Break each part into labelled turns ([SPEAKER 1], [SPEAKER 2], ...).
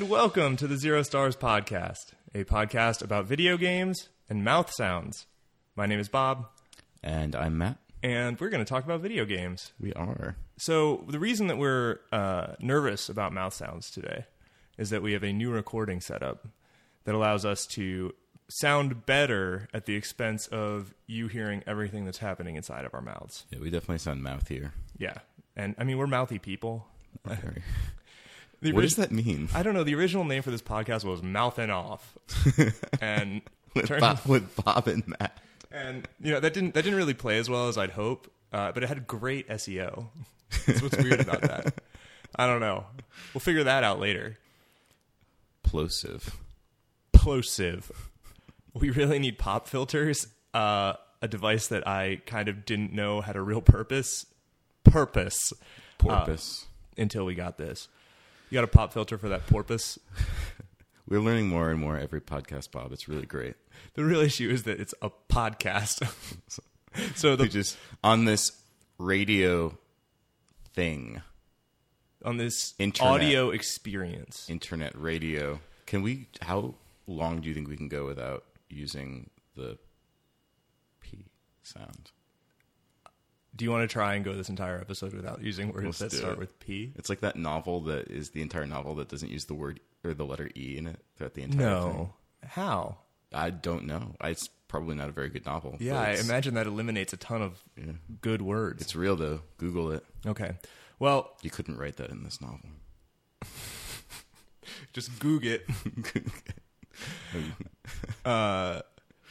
[SPEAKER 1] Welcome to the Zero Stars Podcast, a podcast about video games and mouth sounds. My name is Bob,
[SPEAKER 2] And I'm Matt.
[SPEAKER 1] and we're going to talk about video games.
[SPEAKER 2] We are.
[SPEAKER 1] So, the reason that we're uh, nervous about mouth sounds today is that we have a new recording setup that allows us to sound better at the expense of you hearing everything that's happening inside of our mouths.
[SPEAKER 2] Yeah, we definitely sound mouthier.
[SPEAKER 1] Yeah. And I mean, we're mouthy people.
[SPEAKER 2] Very-
[SPEAKER 1] The
[SPEAKER 2] what
[SPEAKER 1] orig-
[SPEAKER 2] does that mean?
[SPEAKER 1] I don't know. The original name for this podcast was Mouthin' Off. and.
[SPEAKER 2] With
[SPEAKER 1] turn-
[SPEAKER 2] Bob, with Bob and Matt.
[SPEAKER 1] and you know that didn't that didn't really play as well as I'd hope, uh, but it had great SEO. That's what's weird about that. I don't know. We'll figure that out later.
[SPEAKER 2] Plosive.
[SPEAKER 1] Plosive. We really need pop filters. Uh, a device that I kind of didn't know had a real purpose. Purpose
[SPEAKER 2] Porpoise.
[SPEAKER 1] until we got this. You got a pop filter for that porpoise.
[SPEAKER 2] We're learning more and more every podcast, Bob. It's really great.
[SPEAKER 1] The real issue is that it's a podcast. so
[SPEAKER 2] We
[SPEAKER 1] the,
[SPEAKER 2] just on this radio thing,
[SPEAKER 1] on this
[SPEAKER 2] Internet.
[SPEAKER 1] audio experience,
[SPEAKER 2] internet radio. Can we? How long do you think we can go without using the p sound?
[SPEAKER 1] Do you want to try and go this entire episode without using words
[SPEAKER 2] Let's
[SPEAKER 1] that
[SPEAKER 2] do
[SPEAKER 1] start
[SPEAKER 2] it.
[SPEAKER 1] with P?
[SPEAKER 2] It's like that novel that is the entire novel that doesn't use the word or the letter e in it throughout the entire thing.
[SPEAKER 1] No. How?
[SPEAKER 2] I don't know. I- It's probably not a very good novel.
[SPEAKER 1] Yeah,
[SPEAKER 2] but
[SPEAKER 1] I
[SPEAKER 2] it's,
[SPEAKER 1] imagine that eliminates a ton of good words.
[SPEAKER 2] it's real though. Google it.
[SPEAKER 1] Okay. Well,
[SPEAKER 2] You couldn't write that in this novel.
[SPEAKER 1] just Goog it. uh,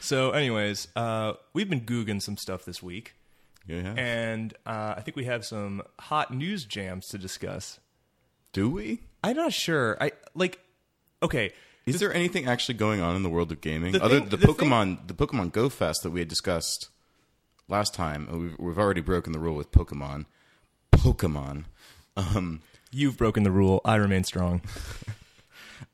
[SPEAKER 1] so, anyways, uh, we've been Googing some stuff this week,
[SPEAKER 2] Yeah.
[SPEAKER 1] and uh, I think we have some hot news jams to discuss.
[SPEAKER 2] Do we?
[SPEAKER 1] I'm not sure. I like. Okay.
[SPEAKER 2] Is there anything actually going on in the world of gaming
[SPEAKER 1] The
[SPEAKER 2] other
[SPEAKER 1] thing-
[SPEAKER 2] the,
[SPEAKER 1] the thing-
[SPEAKER 2] Pokemon the Pokemon Go Fest that we had discussed last time? and We've, we've already broken the rule with Pokemon. Pokemon. Um,
[SPEAKER 1] You've broken the rule. I remain strong.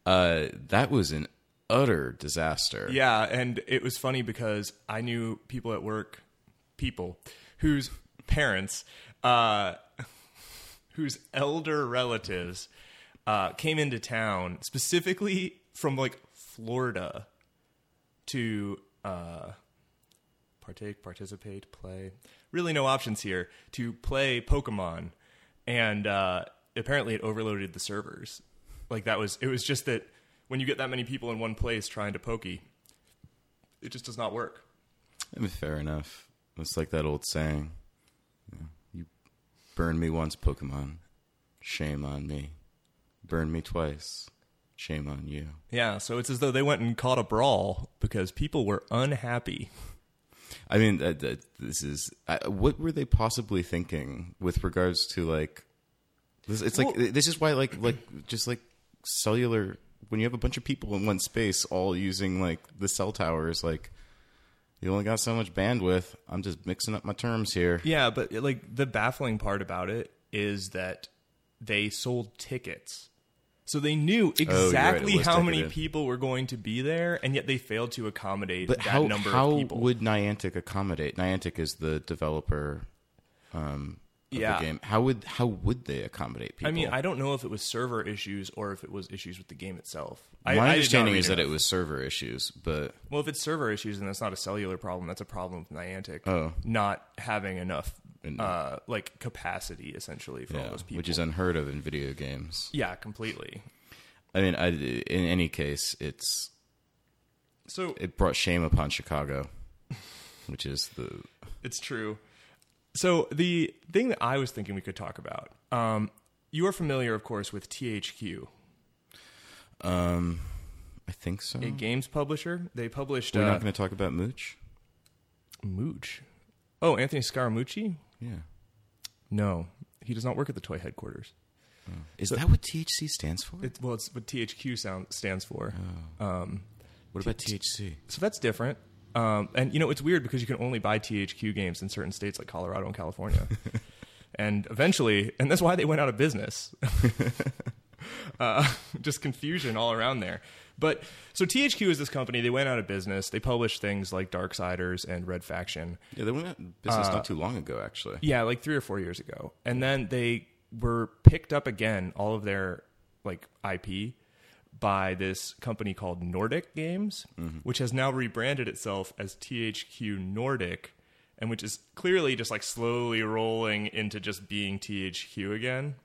[SPEAKER 2] uh, that was an utter disaster.
[SPEAKER 1] Yeah, and it was funny because I knew people at work, people whose parents, uh, whose elder relatives uh, came into town specifically from like Florida to uh, partake, participate, play. Really, no options here to play Pokemon, and uh, apparently it overloaded the servers. Like that was it was just that when you get that many people in one place trying to pokey, it just does not work.
[SPEAKER 2] I mean, fair enough. It's like that old saying. you know, You burn me once, Pokemon. Shame on me. Burn me twice. Shame on you.
[SPEAKER 1] Yeah, so it's as though they went and caught a brawl because people were unhappy.
[SPEAKER 2] I mean, that, that, this is I, what were they possibly thinking with regards to like? This, it's like this is why like like just like cellular when you have a bunch of people in one space all using like the cell towers like you only got so much bandwidth. I'm just mixing up my terms here.
[SPEAKER 1] Yeah, but like the baffling part about it is that they sold tickets. So they knew
[SPEAKER 2] right, it
[SPEAKER 1] exactly
[SPEAKER 2] was
[SPEAKER 1] how many
[SPEAKER 2] ticketed.
[SPEAKER 1] people were going to be there, and yet they failed to accommodate
[SPEAKER 2] But
[SPEAKER 1] that
[SPEAKER 2] how
[SPEAKER 1] number
[SPEAKER 2] how
[SPEAKER 1] of people.
[SPEAKER 2] would Niantic accommodate? Niantic is the developer um, of
[SPEAKER 1] Yeah.
[SPEAKER 2] the game. How would how would they accommodate people?
[SPEAKER 1] I mean, I don't know if it was server issues or if it was issues with the game itself. I- I did
[SPEAKER 2] my
[SPEAKER 1] not
[SPEAKER 2] understanding
[SPEAKER 1] read
[SPEAKER 2] is that
[SPEAKER 1] enough.
[SPEAKER 2] it was server issues, but
[SPEAKER 1] Well, if it's server issues, then that's not a cellular problem. That's a problem with Niantic
[SPEAKER 2] Oh.
[SPEAKER 1] not having enough uh, like capacity essentially for all
[SPEAKER 2] yeah,
[SPEAKER 1] those people.
[SPEAKER 2] which is unheard of in video games.
[SPEAKER 1] yeah, completely.
[SPEAKER 2] I mean, I, in any case, it's
[SPEAKER 1] So
[SPEAKER 2] it brought shame upon Chicago, which is the
[SPEAKER 1] it's true. So the thing that I was thinking we could talk about, um, you are familiar, of course, with THQ,
[SPEAKER 2] um, I think so.
[SPEAKER 1] a games publisher. They published
[SPEAKER 2] Mm-hmm. We're
[SPEAKER 1] uh,
[SPEAKER 2] not going to talk about Mooch.
[SPEAKER 1] Mooch. Oh, Anthony Scaramucci?
[SPEAKER 2] Yeah,
[SPEAKER 1] No, he does not work at the toy headquarters.
[SPEAKER 2] is that what THC stands for?
[SPEAKER 1] It's, well, it's what THQ sound, stands for.
[SPEAKER 2] Oh. what about THC?
[SPEAKER 1] So that's different. Um, and you know it's weird because you can only buy THQ games in certain states like Colorado and California, and eventually, and that's why they went out of business. uh, just confusion all around there. But so THQ is this company. They went out of business. They published things like Darksiders and Red Faction.
[SPEAKER 2] Yeah, they went out of business
[SPEAKER 1] Uh,
[SPEAKER 2] not too long ago, actually.
[SPEAKER 1] Yeah, like three or four years ago. And then they were picked up again, all of their like IP by this company called Nordic Games, which has now rebranded itself as THQ Nordic, and which is clearly just like slowly rolling into just being THQ again.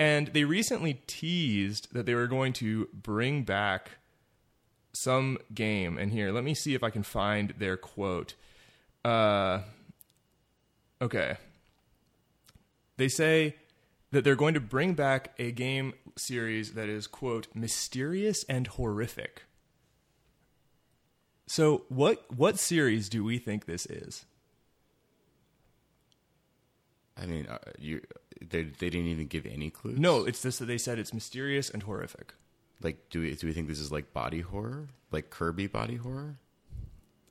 [SPEAKER 1] And they recently teased that they were going to bring back some game. And here, let me see if I can find their quote. Uh, okay. They say that they're going to bring back a game series that is, quote, mysterious and horrific. So, what, what series do we think this is?
[SPEAKER 2] I mean, uh, you they they didn't even give any clues.
[SPEAKER 1] No, it's this that they said it's mysterious and horrific.
[SPEAKER 2] like do we do we think this is like body horror, like Kirby body horror?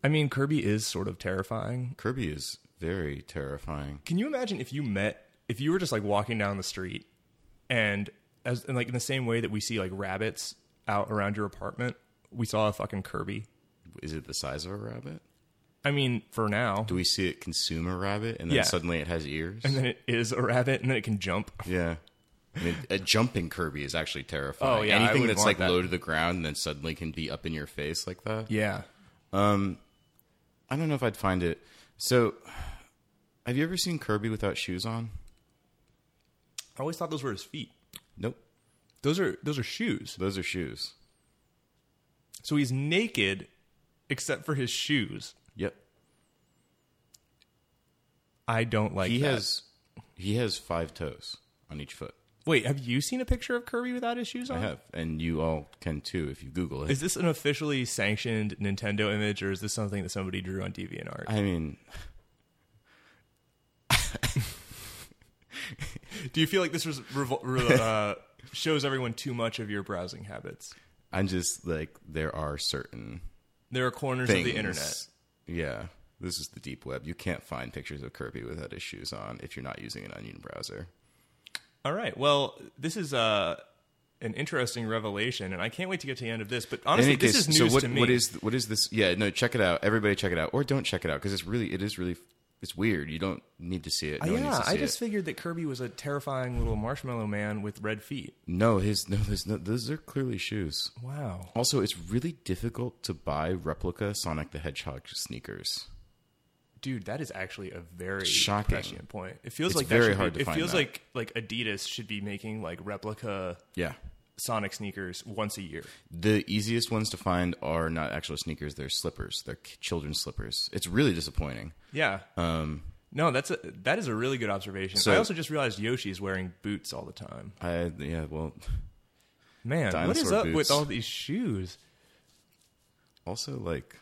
[SPEAKER 1] I mean, Kirby is sort of terrifying.
[SPEAKER 2] Kirby is very terrifying.
[SPEAKER 1] Can you imagine if you met if you were just like walking down the street and as and like in the same way that we see like rabbits out around your apartment, we saw a fucking Kirby.
[SPEAKER 2] Is it the size of a rabbit?
[SPEAKER 1] I mean, for now.
[SPEAKER 2] Do we see it consume a rabbit and then
[SPEAKER 1] Yeah.
[SPEAKER 2] suddenly it has ears?
[SPEAKER 1] And then it is a rabbit and then it can jump.
[SPEAKER 2] yeah. I mean, a jumping Kirby is actually terrifying.
[SPEAKER 1] Oh, yeah, I
[SPEAKER 2] Anything
[SPEAKER 1] wouldn't want
[SPEAKER 2] that's like
[SPEAKER 1] that.
[SPEAKER 2] low to the ground and then suddenly can be up in your face like that.
[SPEAKER 1] Yeah.
[SPEAKER 2] I don't know if I'd find it. So, have you ever seen Kirby without shoes on?
[SPEAKER 1] I always thought those were his feet.
[SPEAKER 2] Nope.
[SPEAKER 1] Those are those are shoes.
[SPEAKER 2] Those are shoes.
[SPEAKER 1] So he's naked except for his shoes.
[SPEAKER 2] Yep.
[SPEAKER 1] I don't like
[SPEAKER 2] He
[SPEAKER 1] that.
[SPEAKER 2] has he has five toes on each foot.
[SPEAKER 1] Wait, have you seen a picture of Kirby without his shoes on?
[SPEAKER 2] I have, and you all can too if you Google it.
[SPEAKER 1] Oh. Is this an officially sanctioned Nintendo image, or is this something that somebody drew on DeviantArt?
[SPEAKER 2] I mean,
[SPEAKER 1] Do you feel like this was revol- re- uh, shows everyone too much of your browsing habits?
[SPEAKER 2] I'm just like there are certain
[SPEAKER 1] There are corners
[SPEAKER 2] things.
[SPEAKER 1] of the internet.
[SPEAKER 2] Yeah, this is the deep web. You can't find pictures of Kirby without his shoes on if you're not using an Onion browser.
[SPEAKER 1] All right. Well, this is uh, an interesting revelation, and I can't wait to get to the end of this. But honestly,
[SPEAKER 2] any
[SPEAKER 1] this is
[SPEAKER 2] case,
[SPEAKER 1] news
[SPEAKER 2] so what,
[SPEAKER 1] to me.
[SPEAKER 2] what is what is this? Yeah, no, check it out. Everybody, check it out, or don't check it out because it's really it is really it's weird. You don't need to see it. No one needs
[SPEAKER 1] Uh, yeah,
[SPEAKER 2] to
[SPEAKER 1] I
[SPEAKER 2] see
[SPEAKER 1] just
[SPEAKER 2] it.
[SPEAKER 1] figured that Kirby was a terrifying little marshmallow man with red feet.
[SPEAKER 2] no his no, there's no those are clearly shoes.
[SPEAKER 1] Wow.
[SPEAKER 2] Also, it's really difficult to buy replica Sonic the Hedgehog sneakers.
[SPEAKER 1] Dude, that is actually a very
[SPEAKER 2] Shocking.
[SPEAKER 1] prescient point. It feels
[SPEAKER 2] It's
[SPEAKER 1] like
[SPEAKER 2] very
[SPEAKER 1] that should
[SPEAKER 2] hard
[SPEAKER 1] be,
[SPEAKER 2] to
[SPEAKER 1] It
[SPEAKER 2] find
[SPEAKER 1] feels
[SPEAKER 2] that.
[SPEAKER 1] like like Adidas should be making like replica
[SPEAKER 2] Yeah.
[SPEAKER 1] Sonic sneakers once a year.
[SPEAKER 2] The easiest ones to find are not actual sneakers; they're slippers. They're k- children's slippers. It's really disappointing.
[SPEAKER 1] Yeah. Um, no, that's a, that is a really good observation.
[SPEAKER 2] So-
[SPEAKER 1] I also just realized Yoshi's wearing boots all the time.
[SPEAKER 2] I yeah. Well,
[SPEAKER 1] Man, what is
[SPEAKER 2] Dinosaur
[SPEAKER 1] up
[SPEAKER 2] boots.
[SPEAKER 1] with all these shoes?
[SPEAKER 2] also like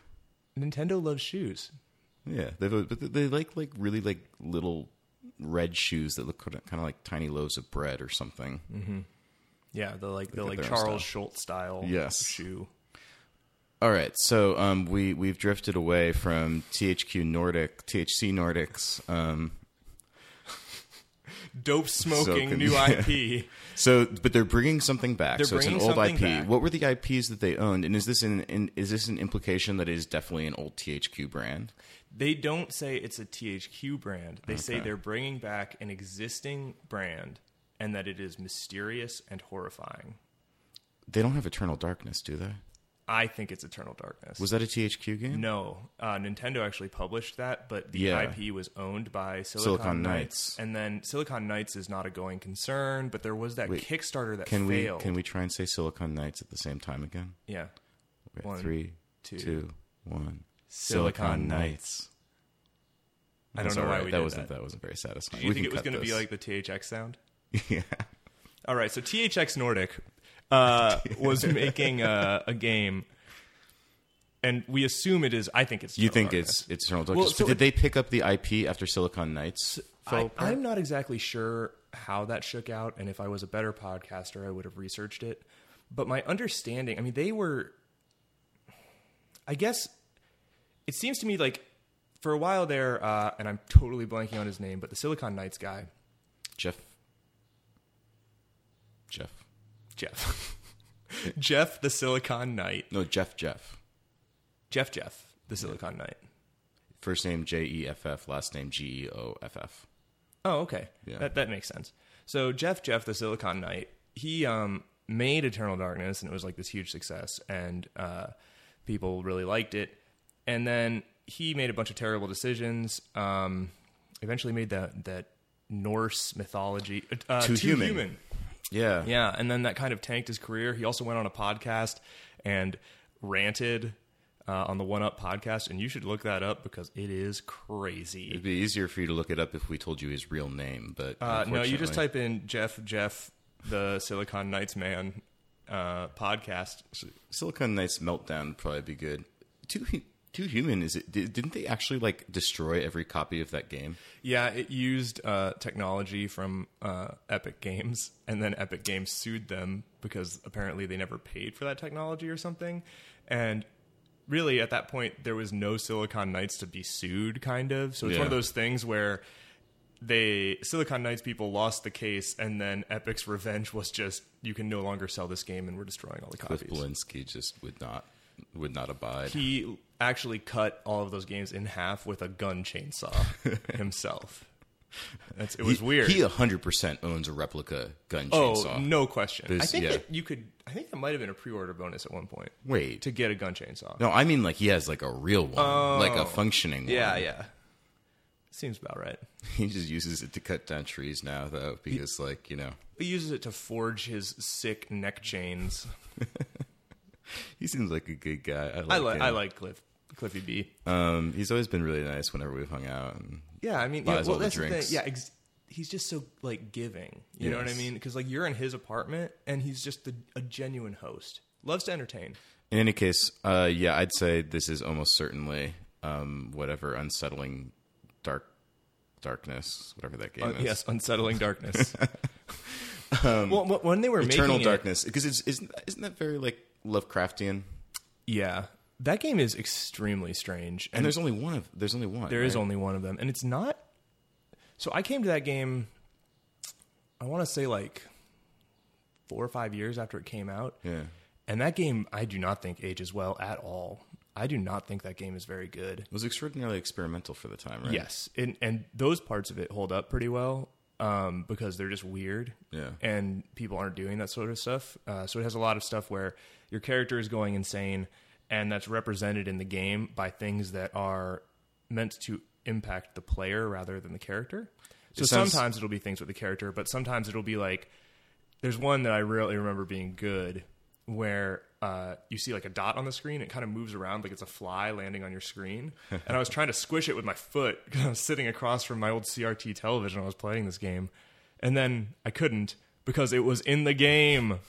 [SPEAKER 1] Nintendo loves shoes.
[SPEAKER 2] yeah, they but they- they like like really like little red shoes that look kind of like tiny loaves of bread or something.
[SPEAKER 1] Yeah, the like the
[SPEAKER 2] at
[SPEAKER 1] like
[SPEAKER 2] their own
[SPEAKER 1] Charles
[SPEAKER 2] style.
[SPEAKER 1] Schultz style
[SPEAKER 2] Yes.
[SPEAKER 1] shoe.
[SPEAKER 2] All right, so um, we we've drifted away from THQ Nordic, THC Nordics. Um,
[SPEAKER 1] Dope smoking
[SPEAKER 2] Soaking,
[SPEAKER 1] new
[SPEAKER 2] yeah.
[SPEAKER 1] IP.
[SPEAKER 2] So, but they're bringing something back.
[SPEAKER 1] They're
[SPEAKER 2] so it's an
[SPEAKER 1] bringing
[SPEAKER 2] old
[SPEAKER 1] something
[SPEAKER 2] IP.
[SPEAKER 1] back.
[SPEAKER 2] What were the IPs that they owned? And is this an, an is this an implication that it is definitely an old THQ brand?
[SPEAKER 1] They don't say it's a THQ brand. They say they're bringing back an existing brand and that it is mysterious and horrifying.
[SPEAKER 2] They don't have Eternal Darkness, do they?
[SPEAKER 1] I think it's Eternal Darkness.
[SPEAKER 2] Was that a THQ game?
[SPEAKER 1] No, uh, Nintendo actually published that, but the
[SPEAKER 2] Yeah.
[SPEAKER 1] IP was owned by Silicon,
[SPEAKER 2] Silicon
[SPEAKER 1] Knights.
[SPEAKER 2] Knights.
[SPEAKER 1] and then Silicon Knights is not a going concern. But there was that Kickstarter that
[SPEAKER 2] Can
[SPEAKER 1] failed.
[SPEAKER 2] we can we try and say Silicon Knights at the same time again?
[SPEAKER 1] Yeah,
[SPEAKER 2] Okay,
[SPEAKER 1] One,
[SPEAKER 2] three,
[SPEAKER 1] two.
[SPEAKER 2] two, one.
[SPEAKER 1] Silicon
[SPEAKER 2] Knights.
[SPEAKER 1] I don't
[SPEAKER 2] That's
[SPEAKER 1] know
[SPEAKER 2] all
[SPEAKER 1] why
[SPEAKER 2] right.
[SPEAKER 1] we
[SPEAKER 2] that
[SPEAKER 1] did
[SPEAKER 2] wasn't
[SPEAKER 1] that.
[SPEAKER 2] that wasn't very satisfying.
[SPEAKER 1] Do you
[SPEAKER 2] we
[SPEAKER 1] think
[SPEAKER 2] can
[SPEAKER 1] it was
[SPEAKER 2] going to
[SPEAKER 1] be like the THX sound?
[SPEAKER 2] yeah.
[SPEAKER 1] All right, so THX Nordic uh, was making uh, a game, and we assume it is. I think it's.
[SPEAKER 2] You
[SPEAKER 1] Eternal
[SPEAKER 2] think
[SPEAKER 1] Darkness.
[SPEAKER 2] it's it's Eternal Darkness?
[SPEAKER 1] Well, so
[SPEAKER 2] but did they pick up the IP after Silicon Knights? fell
[SPEAKER 1] I,
[SPEAKER 2] apart?
[SPEAKER 1] I'm not exactly sure how that shook out, and if I was a better podcaster, I would have researched it. But my understanding, I mean, they were, I guess, it seems to me like for a while there, uh, and I'm totally blanking on his name, but the Silicon Knights guy,
[SPEAKER 2] Jeff. Jeff.
[SPEAKER 1] Jeff, Jeff the Silicon Knight,
[SPEAKER 2] No, Jeff. Jeff.
[SPEAKER 1] Jeff Jeff the Silicon Knight.
[SPEAKER 2] First name J E F F, last name G E O F F.
[SPEAKER 1] Oh, okay.
[SPEAKER 2] Yeah.
[SPEAKER 1] That that makes sense. So Jeff Jeff the Silicon Knight, he um made Eternal Darkness, and it was like this huge success, and uh, people really liked it. And then he made a bunch of terrible decisions. Um, eventually, made that that Norse mythology uh,
[SPEAKER 2] Too Human.
[SPEAKER 1] human.
[SPEAKER 2] Yeah.
[SPEAKER 1] Yeah, and then that kind of tanked his career. He also went on a podcast and ranted uh, on the One Up podcast, and you should look that up because it is crazy.
[SPEAKER 2] It'd be easier for you to look it up if we told you his real name, but
[SPEAKER 1] Uh, no, you just
[SPEAKER 2] unfortunately-
[SPEAKER 1] type in Jeff Jeff the Silicon Knights man uh, podcast.
[SPEAKER 2] Silicon Knights meltdown would probably be good. Too Hu- Too Human is it? di- Didn't they actually like destroy every copy of that game?
[SPEAKER 1] Yeah, it used uh, technology from uh, Epic Games, and then Epic Games sued them because apparently they never paid for that technology or something. And really, at that point, there was no Silicon Knights to be sued, kind of. So it's one of
[SPEAKER 2] Yeah.
[SPEAKER 1] those things where they Silicon Knights people lost the case, and then Epic's revenge was just you can no longer sell this game, and we're destroying all the copies.
[SPEAKER 2] Cliff Blinsky just would not would not abide.
[SPEAKER 1] he actually cut all of those games in half with a gun chainsaw himself. That's, it was
[SPEAKER 2] He-
[SPEAKER 1] weird.
[SPEAKER 2] He hundred percent owns a replica gun
[SPEAKER 1] oh,
[SPEAKER 2] chainsaw.
[SPEAKER 1] no question. I
[SPEAKER 2] This-
[SPEAKER 1] think
[SPEAKER 2] yeah.
[SPEAKER 1] that you could. I think that might have been a pre-order bonus at one point
[SPEAKER 2] Wait,
[SPEAKER 1] to get a gun chainsaw.
[SPEAKER 2] no, I mean like he has like a real one, like a functioning
[SPEAKER 1] Oh. Yeah,
[SPEAKER 2] one.
[SPEAKER 1] yeah. Seems about right.
[SPEAKER 2] He just uses it to cut down trees now, though, because like you know
[SPEAKER 1] He uses it to forge his sick neck chains.
[SPEAKER 2] he seems like a good guy. I like
[SPEAKER 1] I like.
[SPEAKER 2] him.
[SPEAKER 1] I like Cliff. Cliffy B.
[SPEAKER 2] Um, he's always been really nice whenever we've hung out. And
[SPEAKER 1] Yeah, I mean, yeah,
[SPEAKER 2] Buys
[SPEAKER 1] well,
[SPEAKER 2] all the
[SPEAKER 1] that's the
[SPEAKER 2] drinks.
[SPEAKER 1] thing. Yeah, ex- he's just so like giving. You know what I
[SPEAKER 2] Yes.
[SPEAKER 1] mean? Because like you're in his apartment, and he's just the, a genuine host. Loves to entertain.
[SPEAKER 2] in any case, uh, yeah, I'd say this is almost certainly um, whatever unsettling dark darkness, whatever that game
[SPEAKER 1] Uh,
[SPEAKER 2] is.
[SPEAKER 1] yes, unsettling darkness. well, wh- when they were
[SPEAKER 2] Um, Eternal
[SPEAKER 1] making it-
[SPEAKER 2] darkness, because it's isn't isn't that very like Lovecraftian?
[SPEAKER 1] yeah, that game is extremely strange,
[SPEAKER 2] And
[SPEAKER 1] and,
[SPEAKER 2] there's only one of there's only one.
[SPEAKER 1] there
[SPEAKER 2] right?
[SPEAKER 1] is only one of them, and it's not. So I came to that game. I want to say like four or five years after it came out,
[SPEAKER 2] yeah.
[SPEAKER 1] and that game I do not think ages well at all. I do not think that game is very good.
[SPEAKER 2] It was extraordinarily experimental for the time, right?
[SPEAKER 1] Yes, and and those parts of it hold up pretty well um, because they're just weird.
[SPEAKER 2] Yeah.
[SPEAKER 1] and people aren't doing that sort of stuff. Uh, so it has a lot of stuff where your character is going insane, and that's represented in the game by things that are meant to impact the player rather than the character. So
[SPEAKER 2] It sounds-
[SPEAKER 1] sometimes it'll be things with the character, but sometimes it'll be like there's one that I really remember being good where uh, you see like a dot on the screen. It kind of moves around like it's a fly landing on your screen. and I was trying to squish it with my foot because I was sitting across from my old CRT television. when I was playing this game, and then I couldn't because it was in the game.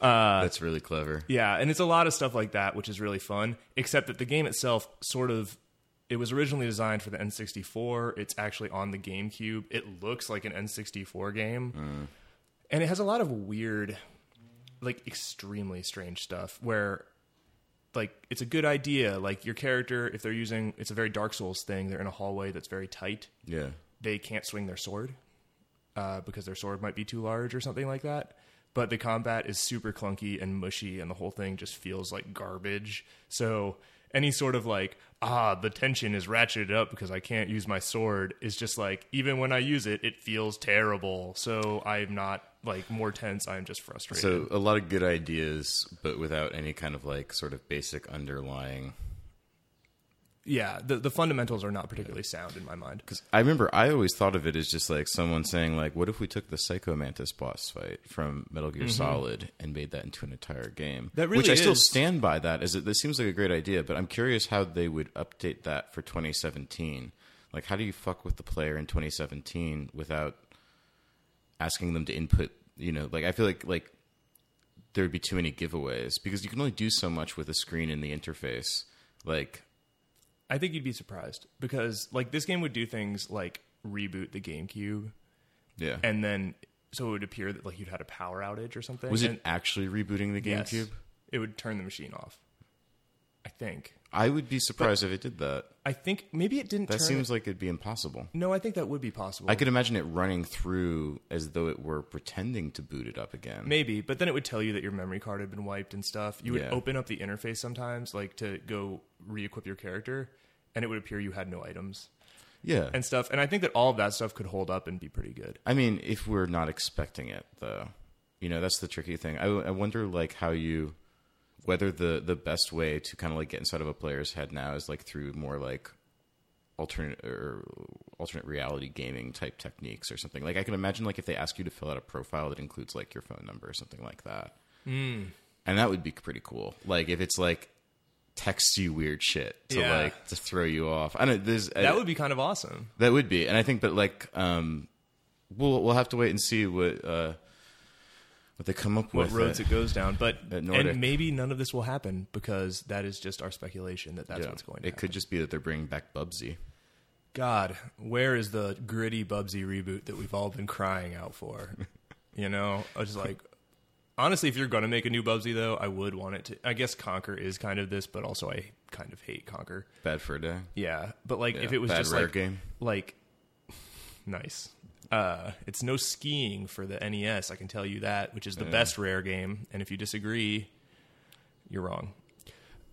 [SPEAKER 2] That's really clever.
[SPEAKER 1] Uh, Yeah, and it's a lot of stuff like that, which is really fun. Except that the game itself sort of it was originally designed for the N64. It's actually on the GameCube. It looks like an N64 game. And it has a lot of weird like extremely strange stuff where like it's a good idea like your character if they're using it's a very Dark Souls thing, they're in a hallway that's very tight
[SPEAKER 2] Yeah.
[SPEAKER 1] they can't swing their sword uh, because their sword might be too large or something like that. But the combat is super clunky and mushy, and the whole thing just feels like garbage. So any sort of like ah the tension is ratcheted up because I can't use my sword is just like even when I use it, it feels terrible. So I'm not like more tense. I'm just frustrated.
[SPEAKER 2] So a lot of good ideas, but without any kind of like sort of basic underlying.
[SPEAKER 1] yeah, the the fundamentals are not particularly sound in my mind.
[SPEAKER 2] Because I remember I always thought of it as just like someone saying like, "What if we took the Psycho Mantis boss fight from Metal Gear Solid and made that into an entire game?"
[SPEAKER 1] Mm-hmm. That
[SPEAKER 2] which
[SPEAKER 1] really
[SPEAKER 2] I still
[SPEAKER 1] is-
[SPEAKER 2] stand by. That as it, that seems like a great idea, but I'm curious how they would update that for 2017. Like, how do you fuck with the player in 2017 without asking them to input? You know, like I feel like like there would be too many giveaways because you can only do so much with a screen and the interface. Like,
[SPEAKER 1] I think you'd be surprised because like this game would do things like reboot the GameCube
[SPEAKER 2] yeah.
[SPEAKER 1] and then so it would appear that like you'd had a power outage or something.
[SPEAKER 2] was
[SPEAKER 1] And-
[SPEAKER 2] it actually rebooting the
[SPEAKER 1] yes,
[SPEAKER 2] GameCube?
[SPEAKER 1] it would turn the machine off. I think.
[SPEAKER 2] I would be surprised if it did that.
[SPEAKER 1] I think maybe it didn't.
[SPEAKER 2] That
[SPEAKER 1] turn
[SPEAKER 2] seems like it'd be impossible.
[SPEAKER 1] it- No, I think that would be possible.
[SPEAKER 2] I could imagine it running through as though it were pretending to boot it up again.
[SPEAKER 1] maybe, but then it would tell you that your memory card had been wiped and stuff. You would
[SPEAKER 2] Yeah.
[SPEAKER 1] open up the interface sometimes, like to go re-equip your character, and it would appear you had no items
[SPEAKER 2] Yeah.
[SPEAKER 1] and stuff. And I think that all of that stuff could hold up and be pretty good.
[SPEAKER 2] I mean, if we're not expecting it, though. you know that's the tricky thing i, I wonder like how you whether the the best way to kind of like get inside of a player's head now is like through more like alternate or alternate reality gaming type techniques or something like i can imagine like if they ask you to fill out a profile that includes like your phone number or something like that
[SPEAKER 1] Hmm.
[SPEAKER 2] and that would be pretty cool like if it's like text you weird shit to
[SPEAKER 1] Yeah.
[SPEAKER 2] like to throw you off i don't there's I-
[SPEAKER 1] That would be kind of awesome.
[SPEAKER 2] that would be, and I think, but like, um, we'll we'll have to wait and see what uh, what they come up
[SPEAKER 1] What
[SPEAKER 2] with.
[SPEAKER 1] roads
[SPEAKER 2] Uh,
[SPEAKER 1] it goes down, but
[SPEAKER 2] at Nordic.
[SPEAKER 1] and maybe none of this will happen because that is just our speculation that that's
[SPEAKER 2] yeah.
[SPEAKER 1] what's going.
[SPEAKER 2] It
[SPEAKER 1] to happen.
[SPEAKER 2] could just be that they're bringing back Bubsy.
[SPEAKER 1] God, where is the gritty Bubsy reboot that we've all been crying out for? you know, I was like, honestly, if you're going to make a new Bubsy, though, I would want it to. I guess Conquer is kind of this, but also I kind of hate Conquer.
[SPEAKER 2] Bad for a day.
[SPEAKER 1] Yeah, but like if
[SPEAKER 2] Yeah,
[SPEAKER 1] it was
[SPEAKER 2] bad
[SPEAKER 1] just
[SPEAKER 2] rare
[SPEAKER 1] like
[SPEAKER 2] game.
[SPEAKER 1] like nice. Uh, it's no skiing for the NES. I can tell you that, which is the best rare game. And if you disagree, you're wrong.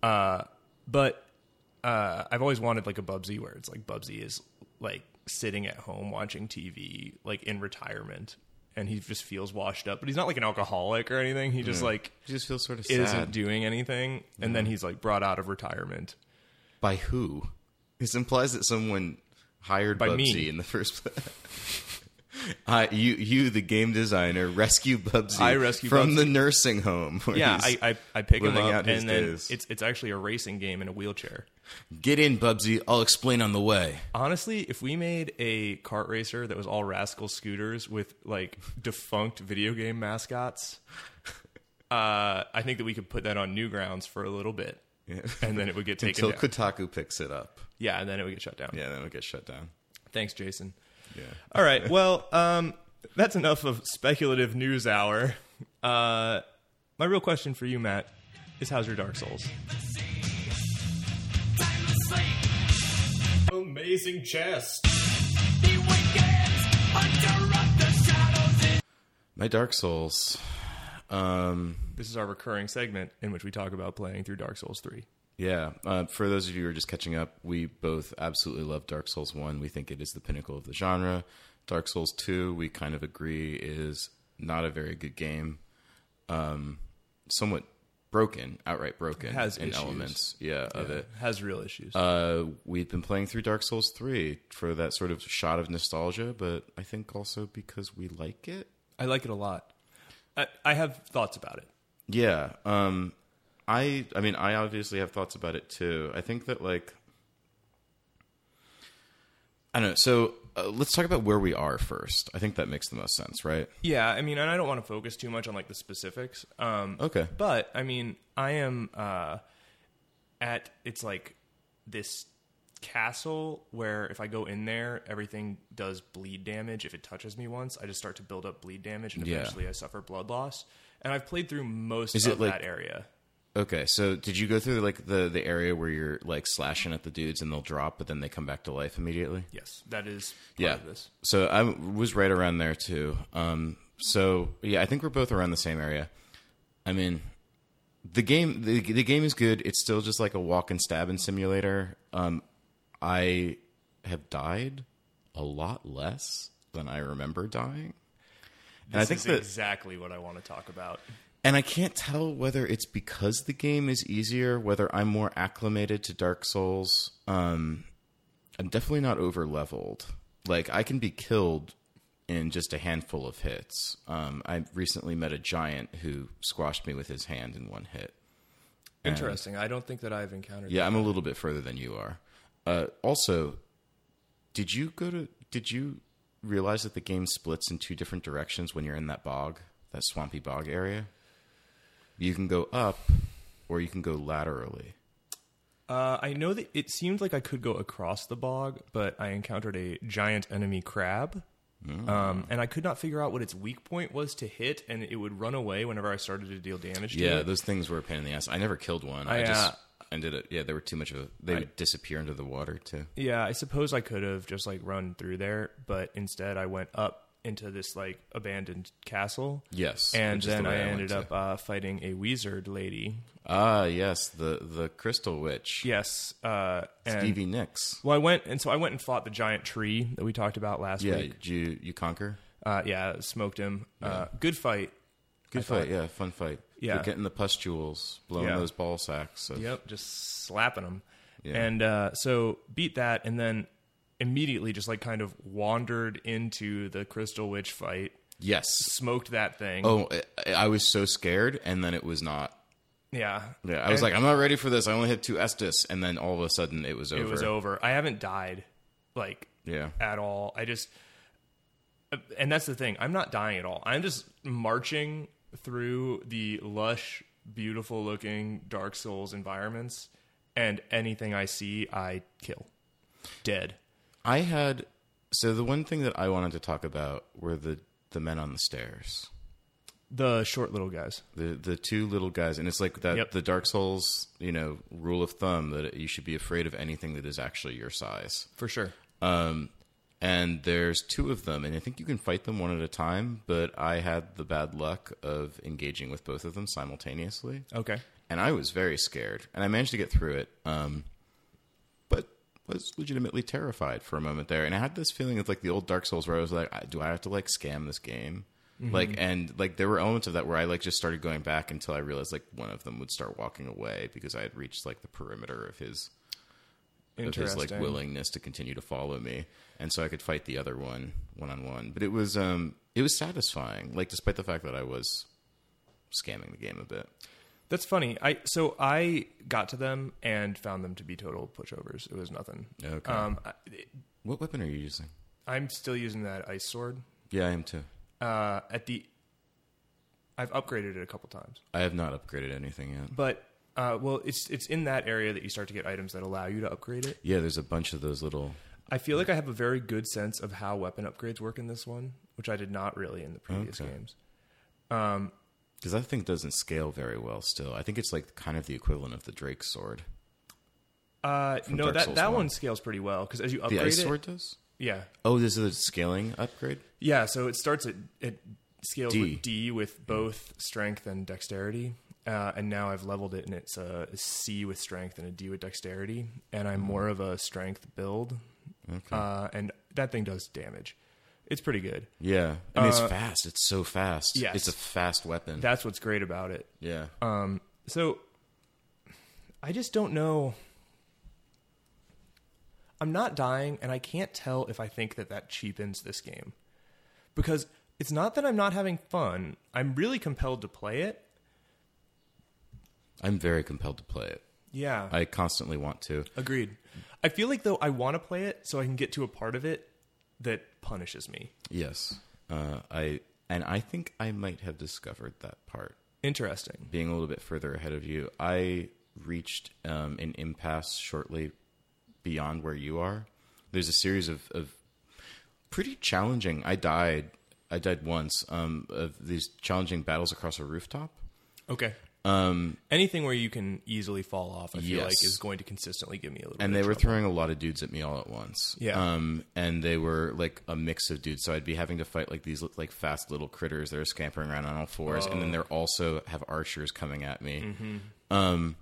[SPEAKER 1] Uh, but uh, I've always wanted like a Bubsy where it's like Bubsy is like sitting at home watching TV, like in retirement, and he just feels washed up. But he's not like an alcoholic or anything. He just like
[SPEAKER 2] You just feel sort of
[SPEAKER 1] isn't
[SPEAKER 2] sad.
[SPEAKER 1] doing anything, and then he's like brought out of retirement.
[SPEAKER 2] by who? This implies that someone hired
[SPEAKER 1] By
[SPEAKER 2] Bubsy
[SPEAKER 1] me.
[SPEAKER 2] in the first place. I, you, you, the game designer, rescue Bubsy.
[SPEAKER 1] I rescue
[SPEAKER 2] from
[SPEAKER 1] Bubsy.
[SPEAKER 2] the nursing home. where
[SPEAKER 1] Yeah,
[SPEAKER 2] he's-
[SPEAKER 1] I, I, I pick him
[SPEAKER 2] living
[SPEAKER 1] up,
[SPEAKER 2] out his
[SPEAKER 1] and then
[SPEAKER 2] days.
[SPEAKER 1] it's it's actually a racing game in a wheelchair.
[SPEAKER 2] get in, Bubsy. I'll explain on the way.
[SPEAKER 1] Honestly, if we made a kart racer that was all rascal scooters with like defunct video game mascots, uh, I think that we could put that on Newgrounds for a little bit,
[SPEAKER 2] Yeah.
[SPEAKER 1] and then it would get taken
[SPEAKER 2] Until
[SPEAKER 1] down.
[SPEAKER 2] Kotaku picks it up.
[SPEAKER 1] yeah, and then it would get shut down.
[SPEAKER 2] Yeah, then it'll get shut down.
[SPEAKER 1] Thanks, Jason.
[SPEAKER 2] Yeah.
[SPEAKER 1] All right, well, um, that's enough of speculative news hour. Uh, my real question for you, Matt, is how's your Dark Souls? Amazing chest.
[SPEAKER 2] My Dark Souls. Um,
[SPEAKER 1] This is our recurring segment in which we talk about playing through Dark Souls 3.
[SPEAKER 2] yeah. Uh, for those of you who are just catching up, we both absolutely love Dark Souls 1. We think it is the pinnacle of the genre. Dark Souls 2, we kind of agree, is not a very good game. Um, somewhat broken, outright broken
[SPEAKER 1] Has
[SPEAKER 2] in
[SPEAKER 1] issues.
[SPEAKER 2] elements yeah, of it.
[SPEAKER 1] Has real issues.
[SPEAKER 2] Uh, we've been playing through Dark Souls 3 for that sort of shot of nostalgia, but I think also because we like it.
[SPEAKER 1] I like it a lot. I, I have thoughts about it.
[SPEAKER 2] Yeah. Um I I mean I obviously have thoughts about it too. I think that like I don't know. So uh, let's talk about where we are first. I think that makes the most sense, right?
[SPEAKER 1] Yeah, I mean, and I don't want to focus too much on like the specifics. Um,
[SPEAKER 2] Okay.
[SPEAKER 1] But I mean, I am uh, at it's like this castle where if I go in there, everything does bleed damage. If it touches me once, I just start to build up bleed damage, and
[SPEAKER 2] Yeah.
[SPEAKER 1] eventually I suffer blood loss. And I've played through most
[SPEAKER 2] Is it
[SPEAKER 1] of
[SPEAKER 2] like-
[SPEAKER 1] that area.
[SPEAKER 2] Okay. So did you go through like the the area where you're like slashing at the dudes and they'll drop but then they come back to life immediately?
[SPEAKER 1] Yes, that is part
[SPEAKER 2] yeah.
[SPEAKER 1] of this.
[SPEAKER 2] So I was right around there too. Um, so yeah, I think we're both around the same area. I mean, the game the, the game is good. It's still just like a walk and stab and simulator. Um, I have died a lot less than I remember dying.
[SPEAKER 1] This
[SPEAKER 2] And I think
[SPEAKER 1] is
[SPEAKER 2] that-
[SPEAKER 1] exactly what I want to talk about.
[SPEAKER 2] And I can't tell whether it's because the game is easier, whether I'm more acclimated to Dark Souls. Um, I'm definitely not over leveled. Like I can be killed in just a handful of hits. Um, I recently met a giant who squashed me with his hand in one hit.
[SPEAKER 1] Interesting. I don't think that I've encountered.
[SPEAKER 2] Yeah, I'm a little bit further than you are. Uh, also, did you go to? Did you realize that the game splits in two different directions when you're in that bog, that swampy bog area? You can go up, or you can go laterally.
[SPEAKER 1] Uh, I know that it seemed like I could go across the bog, but I encountered a giant enemy crab.
[SPEAKER 2] Mm.
[SPEAKER 1] Um, and I could not figure out what its weak point was to hit, and it would run away whenever I started to deal damage to
[SPEAKER 2] Yeah,
[SPEAKER 1] it.
[SPEAKER 2] those things were a pain in the ass. I never killed one. I,
[SPEAKER 1] I,
[SPEAKER 2] just
[SPEAKER 1] uh,
[SPEAKER 2] ended it. Yeah, they were too much of a. They would disappear into the water too.
[SPEAKER 1] Yeah, I suppose I could have just like run through there, but instead I went up into this like abandoned castle.
[SPEAKER 2] Yes,
[SPEAKER 1] And
[SPEAKER 2] which is the
[SPEAKER 1] then
[SPEAKER 2] way
[SPEAKER 1] I,
[SPEAKER 2] went
[SPEAKER 1] ended
[SPEAKER 2] to.
[SPEAKER 1] up uh, fighting a wizard lady.
[SPEAKER 2] Ah, yes, the the crystal witch,
[SPEAKER 1] Yes. Uh, and,
[SPEAKER 2] Stevie Nicks.
[SPEAKER 1] Well, I went, and so I went and fought the giant tree that we talked about last
[SPEAKER 2] Yeah,
[SPEAKER 1] week.
[SPEAKER 2] did you you conquer.
[SPEAKER 1] Uh, yeah, smoked him. Uh, good fight.
[SPEAKER 2] Good
[SPEAKER 1] I
[SPEAKER 2] fight,
[SPEAKER 1] thought-
[SPEAKER 2] yeah, fun fight.
[SPEAKER 1] Yeah.
[SPEAKER 2] They're getting the pustules, blowing
[SPEAKER 1] Yeah.
[SPEAKER 2] those ball sacks. of-
[SPEAKER 1] Yep, just slapping them.
[SPEAKER 2] Yeah.
[SPEAKER 1] And uh, so beat that, and then immediately just like kind of wandered into the Crystal Witch fight,
[SPEAKER 2] Yes.
[SPEAKER 1] smoked that thing.
[SPEAKER 2] Oh, I, I was so scared, and then it was not.
[SPEAKER 1] yeah,
[SPEAKER 2] Yeah, I was
[SPEAKER 1] And
[SPEAKER 2] like, I'm not ready for this. I only hit two Estes, and then all of a sudden it was over.
[SPEAKER 1] it was over. I haven't died like
[SPEAKER 2] Yeah.
[SPEAKER 1] at all. I just, and that's the thing. I'm not dying at all. I'm just marching through the lush, beautiful looking Dark Souls environments, and anything I see, I kill. Dead.
[SPEAKER 2] I had so the one thing that I wanted to talk about were the the men on the stairs,
[SPEAKER 1] The short little guys.
[SPEAKER 2] the the two little guys, and it's like that
[SPEAKER 1] Yep.
[SPEAKER 2] the Dark Souls, you know, rule of thumb that you should be afraid of anything that is actually your size.
[SPEAKER 1] For sure.
[SPEAKER 2] Um, and there's two of them, and I think you can fight them one at a time. But I had the bad luck of engaging with both of them simultaneously.
[SPEAKER 1] Okay.
[SPEAKER 2] and I was very scared, and I managed to get through it, um, but was legitimately terrified for a moment there. And I had this feeling of like the old Dark Souls, where I was like, I- "Do I have to like scam this game?" Like, and like there were elements of that where I like just started going back until I realized like one of them would start walking away because I had reached like the perimeter of his of his
[SPEAKER 1] Interesting.
[SPEAKER 2] like willingness to continue to follow me, and so I could fight the other one one on one. But it was um it was satisfying, like despite the fact that I was scamming the game a bit.
[SPEAKER 1] That's funny. I so I got to them and found them to be total pushovers. It was nothing.
[SPEAKER 2] Okay.
[SPEAKER 1] Um, I,
[SPEAKER 2] What weapon are you using?
[SPEAKER 1] I'm still using that ice sword.
[SPEAKER 2] Yeah, I am too.
[SPEAKER 1] Uh, at the, I've upgraded it a couple times,
[SPEAKER 2] I have not upgraded anything yet.
[SPEAKER 1] but uh, well, it's it's in that area that you start to get items that allow you to upgrade it.
[SPEAKER 2] Yeah, there's a bunch of those little.
[SPEAKER 1] I feel like I have a very good sense of how weapon upgrades work in this one, which I did not really in the previous
[SPEAKER 2] Okay.
[SPEAKER 1] games.
[SPEAKER 2] Because that thing doesn't scale very well still. I think it's like kind of the equivalent of the Drake sword.
[SPEAKER 1] Uh, no,
[SPEAKER 2] Dark
[SPEAKER 1] that
[SPEAKER 2] Souls
[SPEAKER 1] that
[SPEAKER 2] one.
[SPEAKER 1] one scales pretty well because as you
[SPEAKER 2] The
[SPEAKER 1] upgrade
[SPEAKER 2] ice
[SPEAKER 1] it,
[SPEAKER 2] sword does?
[SPEAKER 1] yeah,
[SPEAKER 2] Oh, this is a scaling upgrade?
[SPEAKER 1] Yeah, so it starts at it scales
[SPEAKER 2] D.
[SPEAKER 1] with D with both strength and dexterity, uh, and now I've leveled it, and it's a C with strength and a D with dexterity, and
[SPEAKER 2] Mm.
[SPEAKER 1] I'm more of a strength build, uh, and that thing does damage. It's pretty good.
[SPEAKER 2] Yeah. Uh, And it's fast. It's so fast.
[SPEAKER 1] yes.
[SPEAKER 2] It's a fast weapon.
[SPEAKER 1] That's what's great about it.
[SPEAKER 2] yeah.
[SPEAKER 1] Um, so I just don't know. I'm not dying, and I can't tell if I think that that cheapens this game because it's not that I'm not having fun. I'm really compelled to play it.
[SPEAKER 2] I'm very compelled to play it.
[SPEAKER 1] Yeah,
[SPEAKER 2] I constantly want to.
[SPEAKER 1] agreed. I feel like though I want to play it so I can get to a part of it that punishes me.
[SPEAKER 2] Yes. Uh, I and I think I might have discovered that part.
[SPEAKER 1] Interesting.
[SPEAKER 2] being a little bit further ahead of you, I reached um, an impasse shortly beyond where you are. There's a series of, of pretty challenging. I died. I died once um, of these challenging battles across a rooftop.
[SPEAKER 1] Okay. Um, anything where you can easily fall off, I feel
[SPEAKER 2] Yes.
[SPEAKER 1] like, is going to consistently give me a little.
[SPEAKER 2] and
[SPEAKER 1] bit
[SPEAKER 2] they
[SPEAKER 1] of
[SPEAKER 2] were
[SPEAKER 1] trouble.
[SPEAKER 2] throwing a lot of dudes at me all at once.
[SPEAKER 1] Yeah.
[SPEAKER 2] Um, and they were like a mix of dudes, so I'd be having to fight like these like fast little critters that are scampering around on all fours, and
[SPEAKER 1] Oh.
[SPEAKER 2] then they're also have archers coming at me.
[SPEAKER 1] Mm-hmm.
[SPEAKER 2] Um,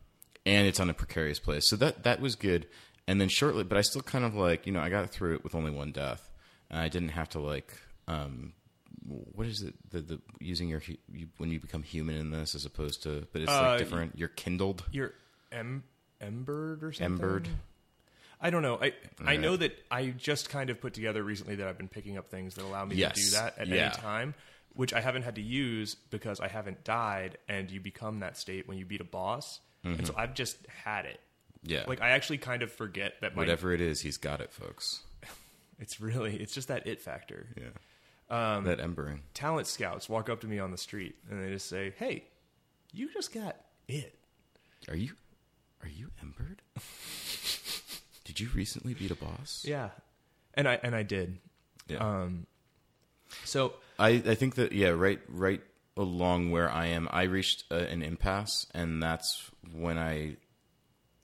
[SPEAKER 2] and it's on a precarious place, so that that was good. And then shortly, but I still kind of like you know I got through it with only one death, and I didn't have to like um. What is it? The, the using your hu- you, when you become human in this, as opposed to, but it's
[SPEAKER 1] Uh,
[SPEAKER 2] like different. You're kindled.
[SPEAKER 1] You're em- embered or something.
[SPEAKER 2] Embered.
[SPEAKER 1] I don't know. I I
[SPEAKER 2] Right.
[SPEAKER 1] know that I just kind of put together recently that I've been picking up things that allow me
[SPEAKER 2] Yes.
[SPEAKER 1] to do that at
[SPEAKER 2] Yeah.
[SPEAKER 1] any time, which I haven't had to use because I haven't died, and you become that state when you beat a boss, and so I've just had it.
[SPEAKER 2] Mm-hmm. Yeah,
[SPEAKER 1] Like I actually kind of forget that my
[SPEAKER 2] whatever it is, he's got it, folks.
[SPEAKER 1] it's really it's just that it factor.
[SPEAKER 2] Yeah. that embering.
[SPEAKER 1] Talent scouts walk up to me on the street and they just say, "Hey, you just got it."
[SPEAKER 2] Are you are you embered? Did you recently beat a boss?
[SPEAKER 1] Yeah, and I and I did.
[SPEAKER 2] Yeah.
[SPEAKER 1] Um, so
[SPEAKER 2] I, I think that yeah, right right along where I am, I reached uh, an impasse and that's when I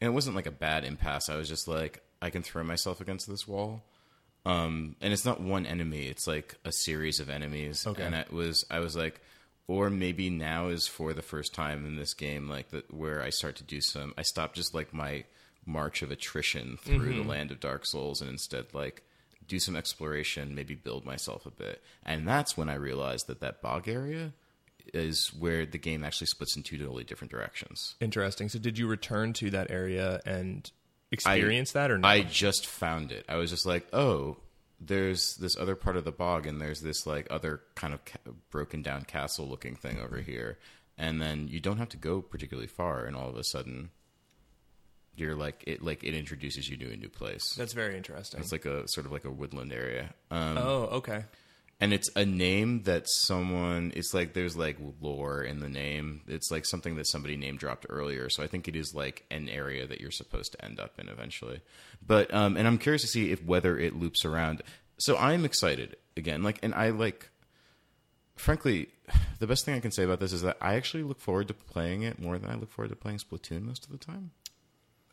[SPEAKER 2] and it wasn't like a bad impasse. I was just like I can throw myself against this wall. Um and it's not one enemy, it's like a series of enemies
[SPEAKER 1] Okay.
[SPEAKER 2] and it was I was like or maybe now is for the first time in this game like that where I start to do some I stop just like my march of attrition through the land of Dark Souls and instead like do some exploration, maybe build myself a bit. And that's when I realized that that bog area is where the game actually splits in two totally different directions.
[SPEAKER 1] Interesting. So did you return to that area and experience that or not?
[SPEAKER 2] I just found it. I was just like, oh, there's this other part of the bog, and there's this like other kind of ca- broken down castle looking thing over here. And then you don't have to go particularly far, and all of a sudden, you're like it like it introduces you to a new place.
[SPEAKER 1] That's very interesting.
[SPEAKER 2] It's like a sort of like a woodland area. Um,
[SPEAKER 1] oh, okay.
[SPEAKER 2] and it's a name that someone it's like there's like lore in the name it's like something that somebody name dropped earlier so i think it is like an area that you're supposed to end up in eventually but um and i'm curious to see if whether it loops around so i'm excited again like and i like frankly the best thing i can say about this is that i actually look forward to playing it more than i look forward to playing splatoon most of the time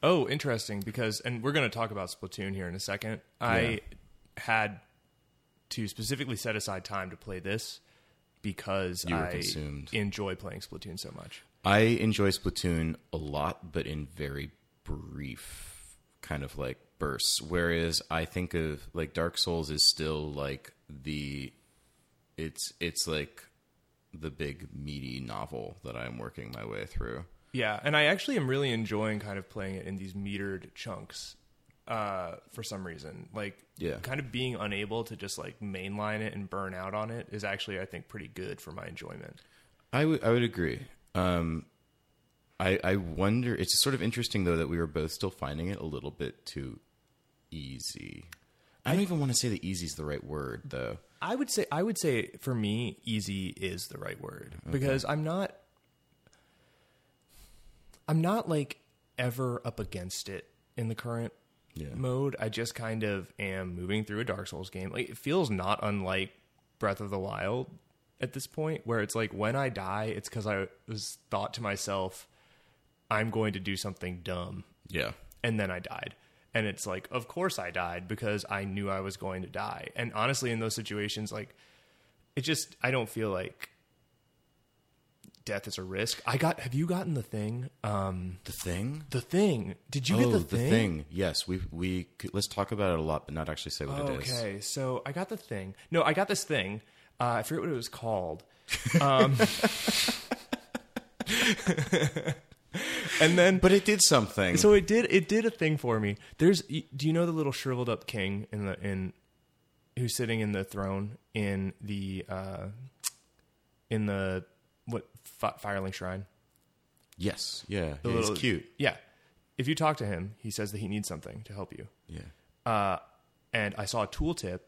[SPEAKER 1] Oh, interesting. Because, and we're going to talk about Splatoon here in a second. I had to specifically set aside time to play this because
[SPEAKER 2] You were
[SPEAKER 1] I
[SPEAKER 2] consumed.
[SPEAKER 1] enjoy playing Splatoon so much.
[SPEAKER 2] I enjoy Splatoon a lot, but in very brief kind of like bursts. Whereas I think of like Dark Souls is still like the it's it's like the big meaty novel that I'm working my way through.
[SPEAKER 1] Yeah, and I actually am really enjoying kind of playing it in these metered chunks uh, for some reason. Like,
[SPEAKER 2] Yeah.
[SPEAKER 1] kind of being unable to just like mainline it and burn out on it is actually, I think, pretty good for my enjoyment.
[SPEAKER 2] I would I would agree. Um, I I wonder. It's sort of interesting though that we were both still finding it a little bit too easy. I don't even want to say that easy is the right word though.
[SPEAKER 1] I would say I would say for me easy is the right word because I'm not I'm not like ever up against it in the current
[SPEAKER 2] Yeah.
[SPEAKER 1] mode. I just kind of am moving through a Dark Souls game. Like it feels not unlike Breath of the Wild at this point where it's like when I die it's cuz I was thought to myself I'm going to do something dumb
[SPEAKER 2] Yeah.
[SPEAKER 1] and then I died. And it's like, of course I died because I knew I was going to die. And honestly, in those situations, like, it just, I don't feel like death is a risk. I got, have you gotten the thing? Um,
[SPEAKER 2] The thing.
[SPEAKER 1] the thing. Did you
[SPEAKER 2] oh,
[SPEAKER 1] get the
[SPEAKER 2] the
[SPEAKER 1] thing?
[SPEAKER 2] Yes, we we could, let's talk about it a lot, but not actually say what it is.
[SPEAKER 1] Okay, so I got the thing. No, I got this thing. Uh, I forget what it was called. Um, and then,
[SPEAKER 2] But it did something.
[SPEAKER 1] so it did it did a thing for me there's y- do you know the little shriveled up king in the in who's sitting in the throne in the uh in the what fi firelink shrine
[SPEAKER 2] yes, yeah,
[SPEAKER 1] the
[SPEAKER 2] yeah,
[SPEAKER 1] little
[SPEAKER 2] it's cute.
[SPEAKER 1] yeah if you talk to him he says that he needs something to help you
[SPEAKER 2] Yeah,
[SPEAKER 1] uh and i saw a tooltip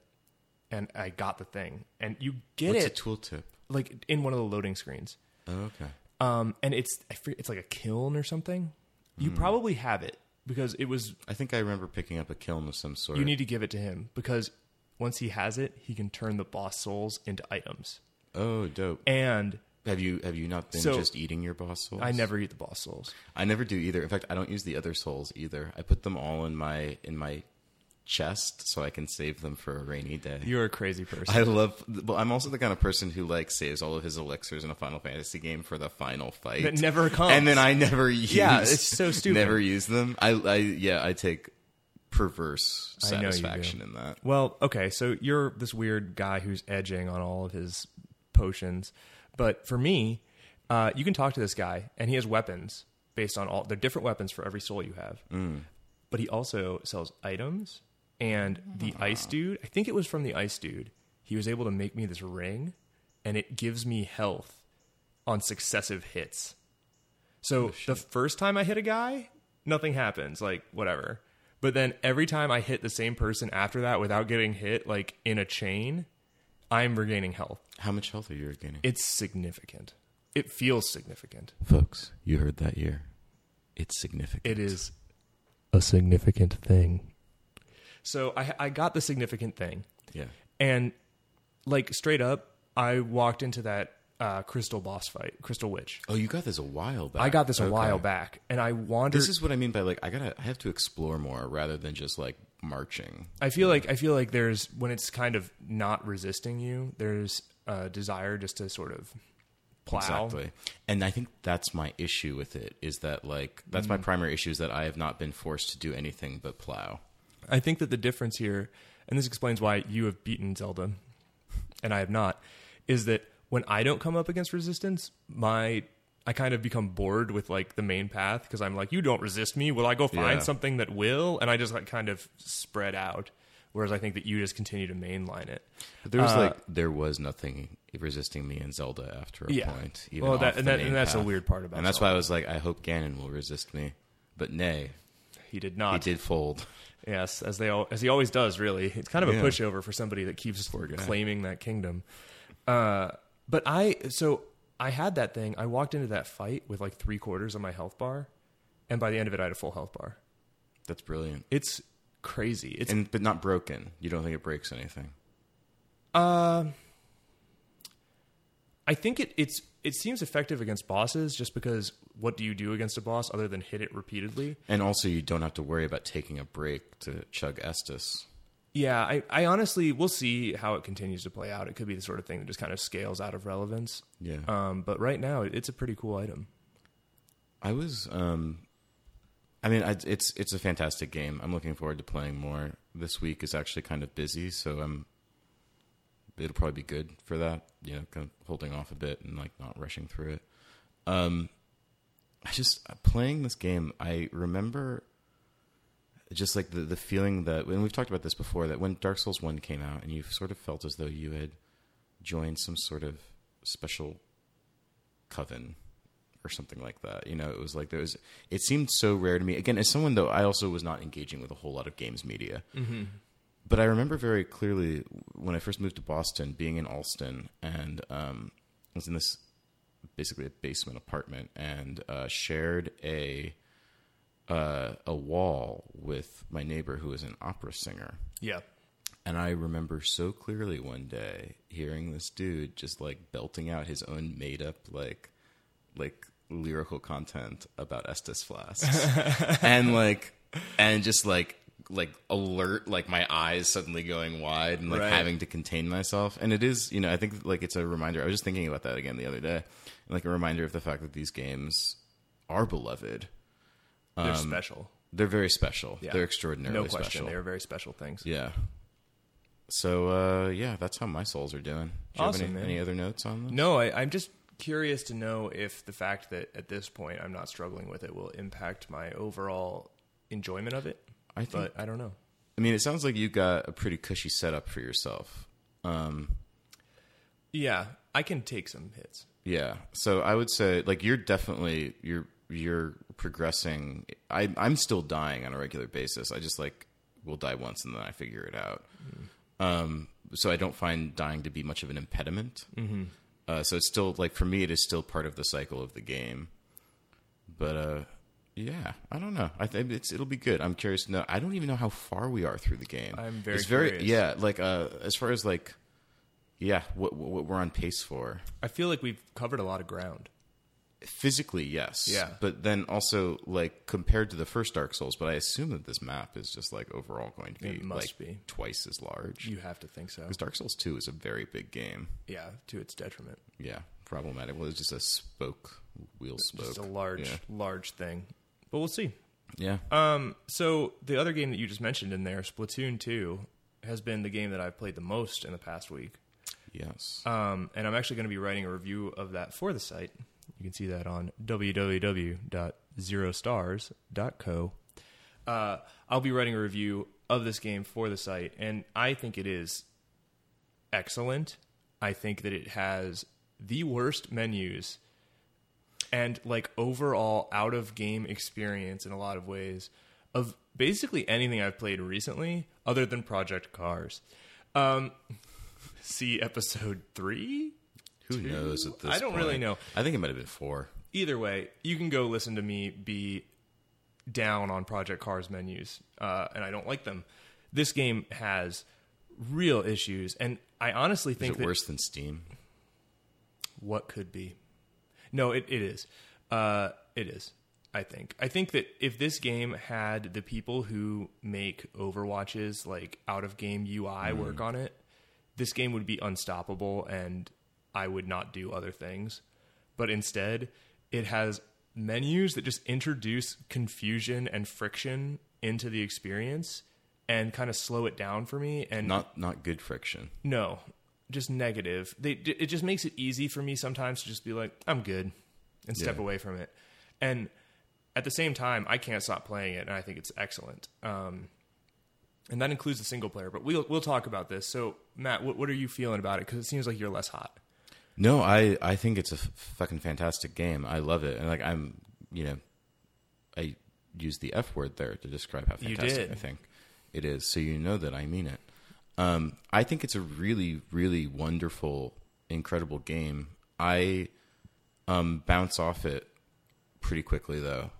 [SPEAKER 1] and i got the thing and you get
[SPEAKER 2] what's a
[SPEAKER 1] it
[SPEAKER 2] tooltip?
[SPEAKER 1] like in one of the loading screens
[SPEAKER 2] Oh, okay.
[SPEAKER 1] um and it's I forget- it's like a kiln or something you probably have it because it was
[SPEAKER 2] I think I remember picking up a kiln of some sort.
[SPEAKER 1] You need to give it to him because once he has it, he can turn the boss souls into items.
[SPEAKER 2] oh, dope.
[SPEAKER 1] And
[SPEAKER 2] have you have you not been
[SPEAKER 1] So-
[SPEAKER 2] just eating your boss souls?
[SPEAKER 1] I never eat the boss souls.
[SPEAKER 2] I never do either. In fact, I don't use the other souls either. I put them all in my in my chest so I can save them for a rainy day.
[SPEAKER 1] You're a crazy person.
[SPEAKER 2] I love. Well, I'm also the kind of person who like saves all of his elixirs in a Final Fantasy game for the final fight
[SPEAKER 1] That never comes.
[SPEAKER 2] and then I never use.
[SPEAKER 1] Yeah, it's so stupid.
[SPEAKER 2] Never use them. I, I yeah, I take perverse
[SPEAKER 1] I know you do.
[SPEAKER 2] satisfaction in that.
[SPEAKER 1] well, okay, so you're this weird guy who's edging on all of his potions, but for me, uh, you can talk to this guy, and he has weapons based on all. They're different weapons for every soul you have. But he also sells items, and the ice dude. I think it was from the ice dude. He was able to make me this ring, and it gives me health on successive hits. So the first time I hit a guy, nothing happens, like whatever. But then every time I hit the same person after that without getting hit, like in a chain, I'm regaining health.
[SPEAKER 2] How much health are you regaining,
[SPEAKER 1] It's significant. It feels significant.
[SPEAKER 2] folks? You heard that year. It's significant.
[SPEAKER 1] It is a significant thing. So I, I got the significant thing.
[SPEAKER 2] Yeah.
[SPEAKER 1] And like straight up, I walked into that uh, crystal boss fight, crystal witch.
[SPEAKER 2] Oh, you got this a while back.
[SPEAKER 1] I got this a
[SPEAKER 2] Okay.
[SPEAKER 1] while back, and I wandered.
[SPEAKER 2] This is what I mean by like I gotta. I have to explore more rather than just like marching.
[SPEAKER 1] I feel like I feel like there's when it's kind of not resisting you, there's a desire just to sort of plow.
[SPEAKER 2] Exactly. And I think that's my issue with it is that like that's
[SPEAKER 1] Mm.
[SPEAKER 2] my primary issue is that I have not been forced to do anything but plow.
[SPEAKER 1] I think that the difference here, and this explains why you have beaten Zelda and I have not, is that when I don't come up against resistance, my I kind of become bored with like the main path because I'm like, you don't resist me. Will I go find
[SPEAKER 2] Yeah.
[SPEAKER 1] something that will? And I just like kind of spread out. Whereas I think that you just continue to mainline it.
[SPEAKER 2] But there was like Uh, there was nothing resisting me in Zelda after a
[SPEAKER 1] Yeah.
[SPEAKER 2] point.
[SPEAKER 1] Well,
[SPEAKER 2] off
[SPEAKER 1] that- and
[SPEAKER 2] the
[SPEAKER 1] that-
[SPEAKER 2] main
[SPEAKER 1] and that's a
[SPEAKER 2] path.
[SPEAKER 1] weird part about
[SPEAKER 2] And that's
[SPEAKER 1] Zelda.
[SPEAKER 2] why I was like, I hope Ganon will resist me, but nay,
[SPEAKER 1] He did
[SPEAKER 2] he
[SPEAKER 1] not.
[SPEAKER 2] did fold.
[SPEAKER 1] Yes, as they all, as he always does. Really, it's kind of
[SPEAKER 2] Yeah.
[SPEAKER 1] a pushover for somebody that keeps claiming that kingdom. Uh, but I so I had that thing. I walked into that fight with like three quarters of my health bar, and by the end of it, I had a full health bar.
[SPEAKER 2] That's brilliant.
[SPEAKER 1] It's crazy. It's
[SPEAKER 2] And but not broken. You don't think it breaks anything?
[SPEAKER 1] uh, I think it it's it seems effective against bosses just because what do you do against a boss other than hit it repeatedly?
[SPEAKER 2] And also, you don't have to worry about taking a break to chug Estus.
[SPEAKER 1] Yeah, I, I honestly we'll see how it continues to play out. It could be the sort of thing that just kind of scales out of relevance.
[SPEAKER 2] Yeah.
[SPEAKER 1] Um, but right now, it- it's a pretty cool item.
[SPEAKER 2] I was. Um, I mean, I, it's it's a fantastic game. I'm looking forward to playing more. This week is actually kind of busy, so I'm. It'll probably be good for that. You know, kind of holding off a bit and like not rushing through it. Um, I just playing this game. I remember just like the the feeling that, and we've talked about this before, that when Dark Souls One came out, and you sort of felt as though you had joined some sort of special coven or something like that. You know, it was like there was. It seemed so rare to me. Again, as someone though, I also was not engaging with a whole lot of games media. But I remember very clearly when I first moved to Boston, being in Alston, and um, I was in this basically a basement apartment, and uh, shared a uh, a wall with my neighbor who was an opera singer.
[SPEAKER 1] Yeah.
[SPEAKER 2] And I remember so clearly one day hearing this dude just like belting out his own made up like like lyrical content about Estes flasks. and like and just like like alert like my eyes suddenly going wide and like
[SPEAKER 1] Right.
[SPEAKER 2] having to contain myself. And it is, you know, I think like it's a reminder. I was just thinking about that again the other day. Like a reminder of the fact that these games are beloved.
[SPEAKER 1] They're special.
[SPEAKER 2] They're very special.
[SPEAKER 1] Yeah.
[SPEAKER 2] Um, They're extraordinarily
[SPEAKER 1] No question.
[SPEAKER 2] special.
[SPEAKER 1] They're very special things.
[SPEAKER 2] Yeah. So uh, yeah, that's how my souls are doing. Do you
[SPEAKER 1] Awesome,
[SPEAKER 2] have any,
[SPEAKER 1] man.
[SPEAKER 2] any other notes on them?
[SPEAKER 1] No, I, I'm just curious to know if the fact that at this point I'm not struggling with it will impact my overall enjoyment of it.
[SPEAKER 2] I think.
[SPEAKER 1] But I don't know.
[SPEAKER 2] I mean, it sounds like you got a pretty cushy setup for yourself. Um,
[SPEAKER 1] Yeah, I can take some hits.
[SPEAKER 2] yeah. So I would say, like, you're definitely you're you're progressing. I, I'm still dying on a regular basis. I just like will die once and then I figure it out.
[SPEAKER 1] Mm-hmm.
[SPEAKER 2] Um, so I don't find dying to be much of an impediment. Mm-hmm. Uh, so it's still like for me, it is still part of the cycle of the game. But uh, yeah, I don't know. I think it's it'll be good. I'm curious to know. I don't even know how far we are through the game.
[SPEAKER 1] I'm very
[SPEAKER 2] it's very
[SPEAKER 1] curious.
[SPEAKER 2] yeah. Like uh, as far as like yeah, what what what we're on pace for
[SPEAKER 1] I feel like we've covered a lot of ground.
[SPEAKER 2] physically yes
[SPEAKER 1] Yeah.
[SPEAKER 2] but then also like compared to the first dark souls but i assume that this map is just like overall going to be
[SPEAKER 1] It must
[SPEAKER 2] like
[SPEAKER 1] be.
[SPEAKER 2] twice as large
[SPEAKER 1] You have to think so.
[SPEAKER 2] because dark souls 2 is a very big game
[SPEAKER 1] Yeah, to its detriment.
[SPEAKER 2] yeah problematic well it's just a spoke wheel spoke
[SPEAKER 1] Just a large,
[SPEAKER 2] yeah,
[SPEAKER 1] large thing. But we'll see.
[SPEAKER 2] yeah.
[SPEAKER 1] Um, so the other game that you just mentioned in there, Splatoon Two, has been the game that I've played the most in the past week.
[SPEAKER 2] yes
[SPEAKER 1] Um, and I'm actually going to be writing a review of that for the site. You can see that on www.zerostars.co. Uh, I'll be writing a review of this game for the site, and I think it is excellent. I think that it has the worst menus and like overall out of game experience in a lot of ways of basically anything I've played recently, other than Project Cars. Um, see episode three.
[SPEAKER 2] who knows at this
[SPEAKER 1] I don't really
[SPEAKER 2] point?
[SPEAKER 1] know.
[SPEAKER 2] i think it might have been four
[SPEAKER 1] Either way, you can go listen to me be down on Project Cars menus, uh, and I don't like them. This game has real issues, and I honestly
[SPEAKER 2] is
[SPEAKER 1] think
[SPEAKER 2] it
[SPEAKER 1] that
[SPEAKER 2] worse than steam
[SPEAKER 1] what could be. No, it, it is. Uh, it is. I think. I think that if this game had the people who make Overwatches like out of game UI work on it, this game would be unstoppable and I would not do other things. But instead, it has menus that just introduce confusion and friction into the experience and kind of slow it down for me and
[SPEAKER 2] not not good friction
[SPEAKER 1] no, just negative. They it just makes it easy for me sometimes to just be like, I'm good, and step
[SPEAKER 2] Yeah.
[SPEAKER 1] away from it. And at the same time, I can't stop playing it, and I think it's excellent. Um, and that includes the single player. But we'll we'll talk about this. So Matt, what, what are you feeling about it? Because it seems like you're less hot.
[SPEAKER 2] No, I I think it's a f- fucking fantastic game. I love it, and like I'm, you know, I used the F word there to describe how
[SPEAKER 1] You
[SPEAKER 2] fantastic
[SPEAKER 1] did.
[SPEAKER 2] I think it is. So you know that I mean it. Um, I think it's a really, really wonderful, incredible game. I um, bounce off it pretty quickly though,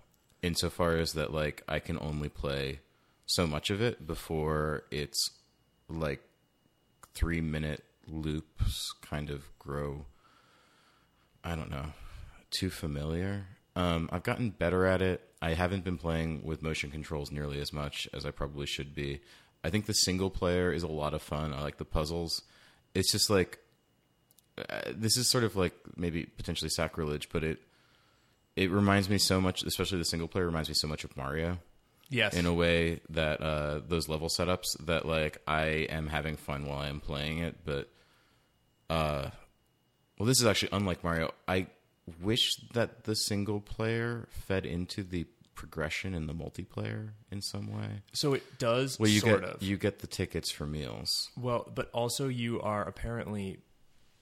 [SPEAKER 2] insofar as that like I can only play so much of it before it's like three minute loops kind of grow I don't know, too familiar. Um, I've gotten better at it. I haven't been playing with motion controls nearly as much as I probably should be. I think the single player is a lot of fun. I like the puzzles. It's just like uh, this is sort of like maybe potentially sacrilege, but it it reminds me so much, especially the single player reminds me so much of Mario
[SPEAKER 1] Yes.
[SPEAKER 2] in a way that uh, those level setups that like I am having fun while I am playing it, but uh, well, this is actually unlike Mario. I wish that the single player fed into the progression in the multiplayer in some way.
[SPEAKER 1] so it does
[SPEAKER 2] Well, you
[SPEAKER 1] sort
[SPEAKER 2] get
[SPEAKER 1] of.
[SPEAKER 2] you get the tickets for meals.
[SPEAKER 1] Well, but also you are apparently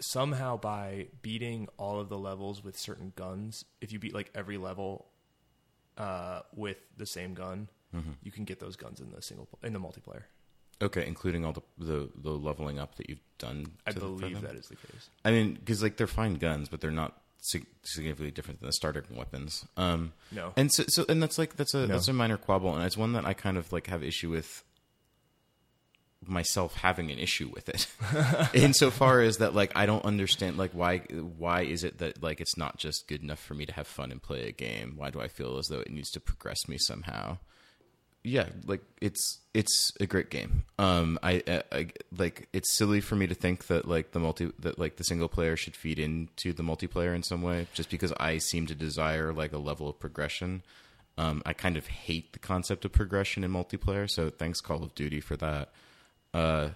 [SPEAKER 1] somehow by beating all of the levels with certain guns. If you beat like every level uh, with the same gun,
[SPEAKER 2] Mm-hmm.
[SPEAKER 1] you can get those guns in the single in the multiplayer.
[SPEAKER 2] Okay, including all the the, the leveling up that you've done.
[SPEAKER 1] I
[SPEAKER 2] to the- for
[SPEAKER 1] believe
[SPEAKER 2] them?
[SPEAKER 1] that is the case.
[SPEAKER 2] I mean, because like they're fine guns, but they're not sig- significantly different than the starter weapons. Um,
[SPEAKER 1] No.
[SPEAKER 2] and so, so and that's like that's a that's a minor quibble, and it's one that I kind of like have issue with myself having an issue with it insofar as that like i don't understand like why why is it that like it's not just good enough for me to have fun and play a game why do i feel as though it needs to progress me somehow yeah like it's it's a great game um I, I i like it's silly for me to think that like the multi that like the single player should feed into the multiplayer in some way just because i seem to desire like a level of progression um i kind of hate the concept of progression in multiplayer so thanks call of duty for that uh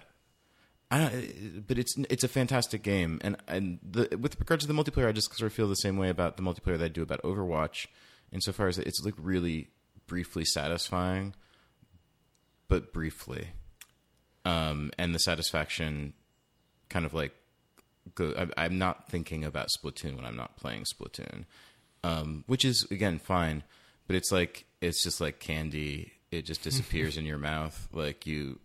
[SPEAKER 2] I don't, but it's it's a fantastic game, and and the, with regard to the multiplayer, I just sort of feel the same way about the multiplayer that I do about Overwatch, insofar as it's like really briefly satisfying, but briefly, um, and the satisfaction kind of like go, I, I'm not thinking about Splatoon when I'm not playing Splatoon, um, which is again fine, but it's like it's just like candy. It just disappears in your mouth. Like you,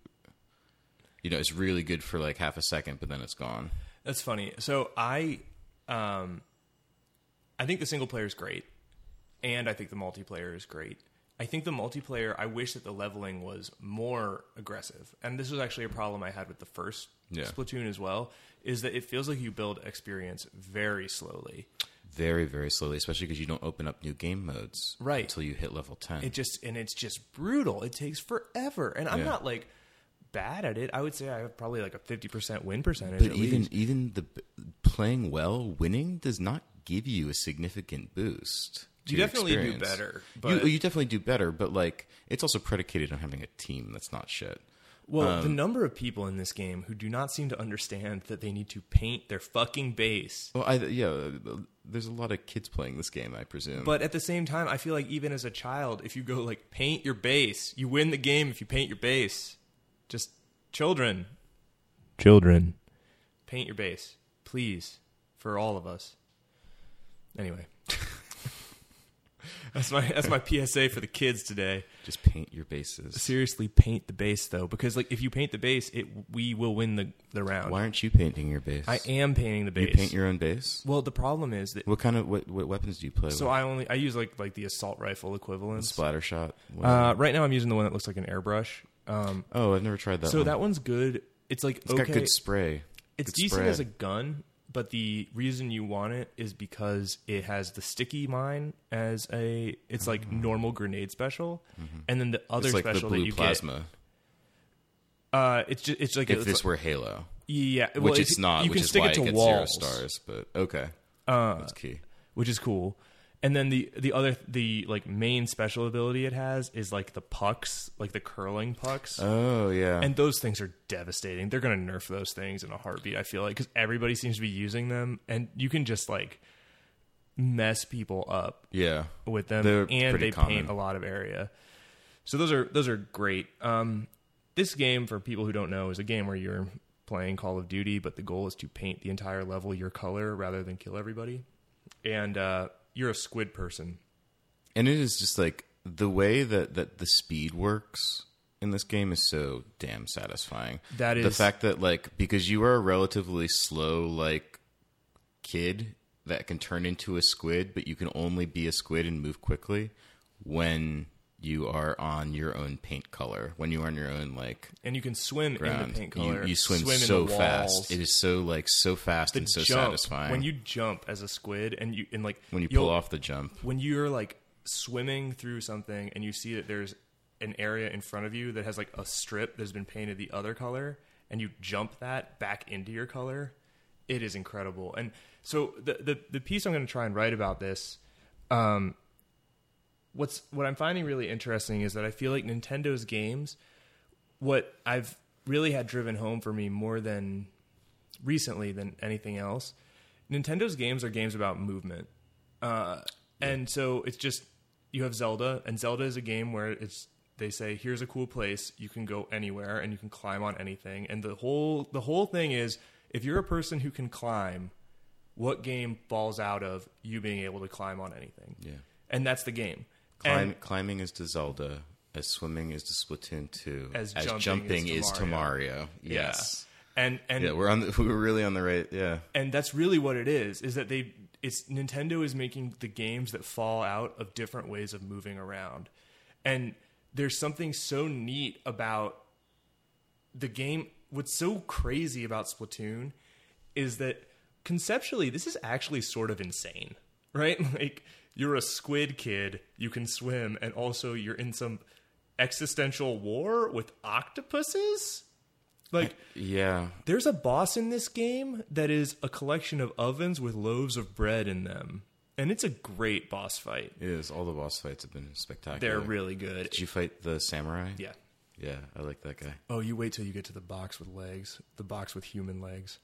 [SPEAKER 2] you know, it's really good for like half a second, but then it's gone.
[SPEAKER 1] That's funny. So I, um, I think the single player is great, and I think the multiplayer is great. I think the multiplayer. I wish that the leveling was more aggressive, and this was actually a problem I had with the first
[SPEAKER 2] Yeah.
[SPEAKER 1] Splatoon as well. Is that it feels like you build experience very slowly.
[SPEAKER 2] Very, very slowly, especially because you don't open up new game modes
[SPEAKER 1] Right.
[SPEAKER 2] until you hit level ten.
[SPEAKER 1] It just and it's just brutal. It takes forever, and I'm
[SPEAKER 2] Yeah.
[SPEAKER 1] not like bad at it. I would say I have probably like a fifty percent win percentage.
[SPEAKER 2] but
[SPEAKER 1] at
[SPEAKER 2] even
[SPEAKER 1] least.
[SPEAKER 2] even the b- playing well, winning does not give you a significant boost. to
[SPEAKER 1] You
[SPEAKER 2] your
[SPEAKER 1] definitely do
[SPEAKER 2] experience.
[SPEAKER 1] better,
[SPEAKER 2] You-
[SPEAKER 1] but-
[SPEAKER 2] you, definitely do better, but like it's also predicated on having a team that's not shit.
[SPEAKER 1] Well, the number of people in this game who do not seem to understand that they need to paint their fucking base.
[SPEAKER 2] Well, I, yeah, there's a lot of kids playing this game, I presume.
[SPEAKER 1] But at the same time, I feel like even as a child, if you go like paint your base, you win the game if you paint your base. Just children. Children. Paint your base, please, for all of us. Anyway. that's my that's my PSA for the kids today.
[SPEAKER 2] just paint your bases.
[SPEAKER 1] Seriously, paint the base though because like if you paint the base, it we will win the the round.
[SPEAKER 2] Why aren't you painting your base?
[SPEAKER 1] um, I am painting the
[SPEAKER 2] You
[SPEAKER 1] base.
[SPEAKER 2] paint your own base.
[SPEAKER 1] Well, the problem is that
[SPEAKER 2] What kind of what, what weapons do you play?
[SPEAKER 1] so
[SPEAKER 2] with?
[SPEAKER 1] I only I use like like the assault rifle equivalents.
[SPEAKER 2] splatter shot.
[SPEAKER 1] Uh, right now I'm using the one that looks like an airbrush. Um,
[SPEAKER 2] oh, I've never tried that.
[SPEAKER 1] so
[SPEAKER 2] one.
[SPEAKER 1] that one's good. It's like
[SPEAKER 2] It's
[SPEAKER 1] okay,
[SPEAKER 2] got good spray.
[SPEAKER 1] it's
[SPEAKER 2] good
[SPEAKER 1] decent
[SPEAKER 2] spread.
[SPEAKER 1] as a gun, but the reason you want it is because it has the sticky mine as a it's like normal grenade special, and then the other
[SPEAKER 2] Mm. Mm-hmm. It's like the
[SPEAKER 1] special that
[SPEAKER 2] blue
[SPEAKER 1] you
[SPEAKER 2] plasma.
[SPEAKER 1] get. Uh, it's just it's like
[SPEAKER 2] if
[SPEAKER 1] it's
[SPEAKER 2] this
[SPEAKER 1] like-
[SPEAKER 2] were Halo,
[SPEAKER 1] yeah, well,
[SPEAKER 2] which it's not,
[SPEAKER 1] You
[SPEAKER 2] which
[SPEAKER 1] can
[SPEAKER 2] is
[SPEAKER 1] stick
[SPEAKER 2] why
[SPEAKER 1] it to
[SPEAKER 2] gets
[SPEAKER 1] walls,
[SPEAKER 2] zero stars. But okay,
[SPEAKER 1] Uh,
[SPEAKER 2] that's key.
[SPEAKER 1] which is cool. And then the the other the like main special ability it has is like the pucks, like the curling pucks.
[SPEAKER 2] Oh yeah.
[SPEAKER 1] And those things are devastating. They're going to nerf those things in a heartbeat, I feel like, because everybody seems to be using them. And you can just like mess people up
[SPEAKER 2] yeah.
[SPEAKER 1] with them.
[SPEAKER 2] They're
[SPEAKER 1] and
[SPEAKER 2] pretty
[SPEAKER 1] they
[SPEAKER 2] common.
[SPEAKER 1] paint a lot of area. So those are those are great. Um, this game, for people who don't know, is a game where you're playing Call of Duty, but the goal is to paint the entire level your color rather than kill everybody. And uh, you're a squid person.
[SPEAKER 2] And it is just like the way that that the speed works in this game is so damn satisfying.
[SPEAKER 1] That
[SPEAKER 2] the
[SPEAKER 1] is-
[SPEAKER 2] fact that like because you are a relatively slow like kid that can turn into a squid, but you can only be a squid and move quickly when you are on your own paint color, when you are on your own like
[SPEAKER 1] And you can swim in
[SPEAKER 2] ground.
[SPEAKER 1] the paint
[SPEAKER 2] You-
[SPEAKER 1] color.
[SPEAKER 2] You, swim,
[SPEAKER 1] in
[SPEAKER 2] so
[SPEAKER 1] the walls.
[SPEAKER 2] fast. It is so like so fast and so
[SPEAKER 1] Jump.
[SPEAKER 2] satisfying
[SPEAKER 1] When you jump as a squid and you and like
[SPEAKER 2] when you
[SPEAKER 1] you'll-
[SPEAKER 2] pull off the jump.
[SPEAKER 1] when you're like swimming through something and you see that there's an area in front of you that has like a strip that's been painted the other color and you jump that back into your color it is incredible and so the the, the piece i'm going to try and write about this um what's what i'm finding really interesting is that i feel like nintendo's games what i've really had driven home for me more than recently than anything else nintendo's games are games about movement uh, and so it's just you have Zelda, and Zelda is a game where it's they say here's a cool place you can go anywhere and you can climb on anything, and the whole the whole thing is if you're a person who can climb, what game falls out of you being able to climb on anything?
[SPEAKER 2] Yeah.
[SPEAKER 1] and that's the game.
[SPEAKER 2] Climb,
[SPEAKER 1] And-
[SPEAKER 2] climbing is to Zelda, as swimming is to Splatoon two,
[SPEAKER 1] As jumping is to
[SPEAKER 2] is to
[SPEAKER 1] Mario.
[SPEAKER 2] Mario. Yes.
[SPEAKER 1] yeah. and and
[SPEAKER 2] Yeah. we're on. The, we were really on the right. Yeah,
[SPEAKER 1] and that's really what it is is that they it's nintendo is making the games that fall out of different ways of moving around and there's something so neat about the game what's so crazy about splatoon is that conceptually this is actually sort of insane right like you're a squid kid you can swim and also you're in some existential war with octopuses like
[SPEAKER 2] yeah.
[SPEAKER 1] there's a boss in this game that is a collection of ovens with loaves of bread in them. And it's a great boss fight.
[SPEAKER 2] It is. All the boss fights have been spectacular.
[SPEAKER 1] They're really good.
[SPEAKER 2] Did you fight the samurai?
[SPEAKER 1] Yeah.
[SPEAKER 2] Yeah, I like that guy.
[SPEAKER 1] Oh, you wait till you get to the box with legs, the box with human legs.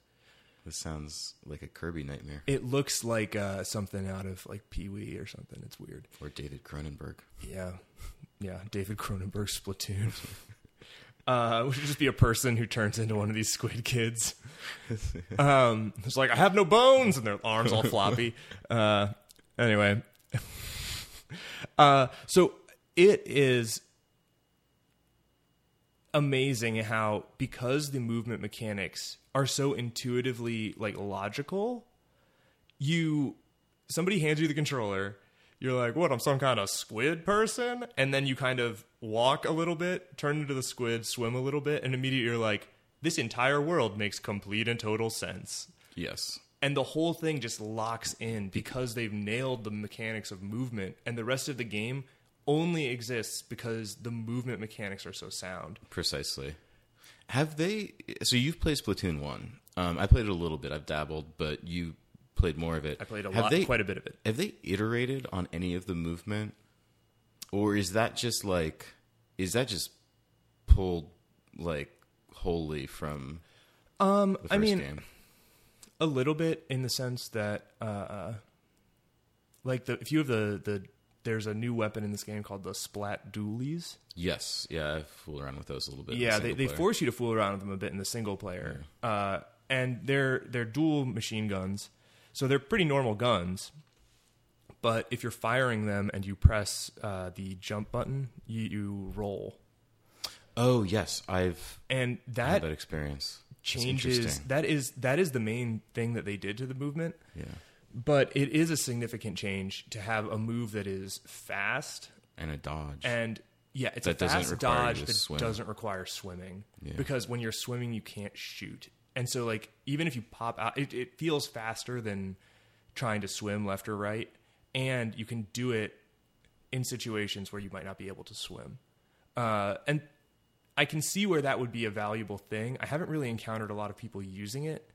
[SPEAKER 2] This sounds like a Kirby nightmare
[SPEAKER 1] It looks like uh, something out of like Pee Wee or something. It's weird.
[SPEAKER 2] or David Cronenberg.
[SPEAKER 1] Yeah. Yeah. David Cronenberg's Splatoon. Uh, which would just be a person who turns into one of these squid kids. Um, it's like, I have no bones, and their arms all floppy. Uh, anyway. uh, so it is amazing how, because the movement mechanics are so intuitively like logical, you somebody hands you the controller you're like what i'm some kind of squid person and then you kind of walk a little bit turn into the squid swim a little bit and immediately you're like this entire world makes complete and total sense
[SPEAKER 2] Yes.
[SPEAKER 1] and the whole thing just locks in because they've nailed the mechanics of movement and the rest of the game only exists because the movement mechanics are so sound
[SPEAKER 2] Precisely. Have they? So you've played Splatoon one. Um, I played it a little bit. I've dabbled, but you played more of it.
[SPEAKER 1] i played a
[SPEAKER 2] Have
[SPEAKER 1] lot
[SPEAKER 2] they-
[SPEAKER 1] quite a bit of it
[SPEAKER 2] Have they iterated on any of the movement, or is that just like, is that just pulled like wholly from? Um, the first
[SPEAKER 1] I mean,
[SPEAKER 2] game?
[SPEAKER 1] a little bit in the sense that uh like the if you have the the there's a new weapon in this game called the splat doolies
[SPEAKER 2] yes, yeah, I fool around with those a little bit. in
[SPEAKER 1] yeah they,
[SPEAKER 2] single
[SPEAKER 1] they
[SPEAKER 2] player.
[SPEAKER 1] force you to fool around with them a bit in the single player uh and they're they're dual machine guns so they're pretty normal guns but if you're firing them and you press uh, the jump button you, you roll
[SPEAKER 2] Oh yes, I've
[SPEAKER 1] and
[SPEAKER 2] had
[SPEAKER 1] that
[SPEAKER 2] that experience. That's
[SPEAKER 1] changes
[SPEAKER 2] interesting.
[SPEAKER 1] that is that is the main thing that they did to the movement
[SPEAKER 2] Yeah,
[SPEAKER 1] but it is a significant change to have a move that is fast
[SPEAKER 2] and a dodge.
[SPEAKER 1] and yeah, it's
[SPEAKER 2] That
[SPEAKER 1] a
[SPEAKER 2] doesn't
[SPEAKER 1] fast
[SPEAKER 2] require you
[SPEAKER 1] dodge
[SPEAKER 2] to
[SPEAKER 1] that
[SPEAKER 2] swim.
[SPEAKER 1] doesn't require swimming
[SPEAKER 2] Yeah.
[SPEAKER 1] because when you're swimming, you can't shoot, and so like even if you pop out, it, it feels faster than trying to swim left or right, and you can do it in situations where you might not be able to swim, uh, and I can see where that would be a valuable thing. I haven't really encountered a lot of people using it.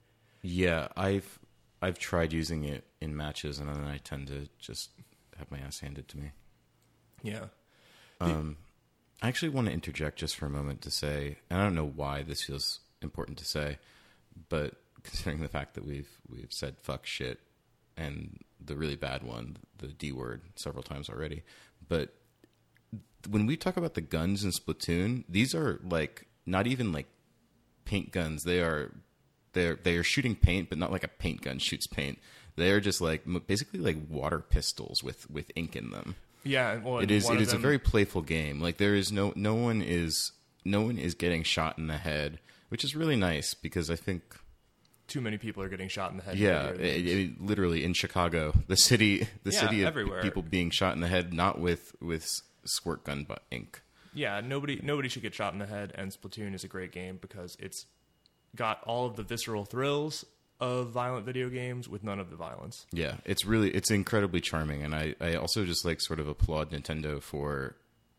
[SPEAKER 2] yeah, I've I've tried using it in matches, and then I tend to just have my ass handed to me.
[SPEAKER 1] Yeah.
[SPEAKER 2] I actually want to interject just for a moment to say, and I don't know why this feels important to say, but considering the fact that we've we've said fuck shit and the really bad one, the D word, several times already, but when we talk about the guns in Splatoon, these are like not even like paint guns. They are they're they are shooting paint, but not like a paint gun shoots paint. They are just like m- basically like water pistols with with ink in them
[SPEAKER 1] Yeah. Well,
[SPEAKER 2] it
[SPEAKER 1] and
[SPEAKER 2] is
[SPEAKER 1] one
[SPEAKER 2] it
[SPEAKER 1] of
[SPEAKER 2] is a
[SPEAKER 1] them-
[SPEAKER 2] very playful game like there is no no one is no one is getting shot in the head which is really nice because i think
[SPEAKER 1] too many people are getting shot in the head.
[SPEAKER 2] yeah
[SPEAKER 1] They're-
[SPEAKER 2] it, it- literally in chicago the city the
[SPEAKER 1] Yeah,
[SPEAKER 2] city of
[SPEAKER 1] everywhere.
[SPEAKER 2] people being shot in the head not with with s- squirt gun but ink
[SPEAKER 1] yeah. Nobody nobody should get shot in the head. And Splatoon is a great game because it's got all of the visceral thrills of violent video games with none of the violence.
[SPEAKER 2] Yeah, it's really it's incredibly charming, and I I also just like sort of applaud Nintendo for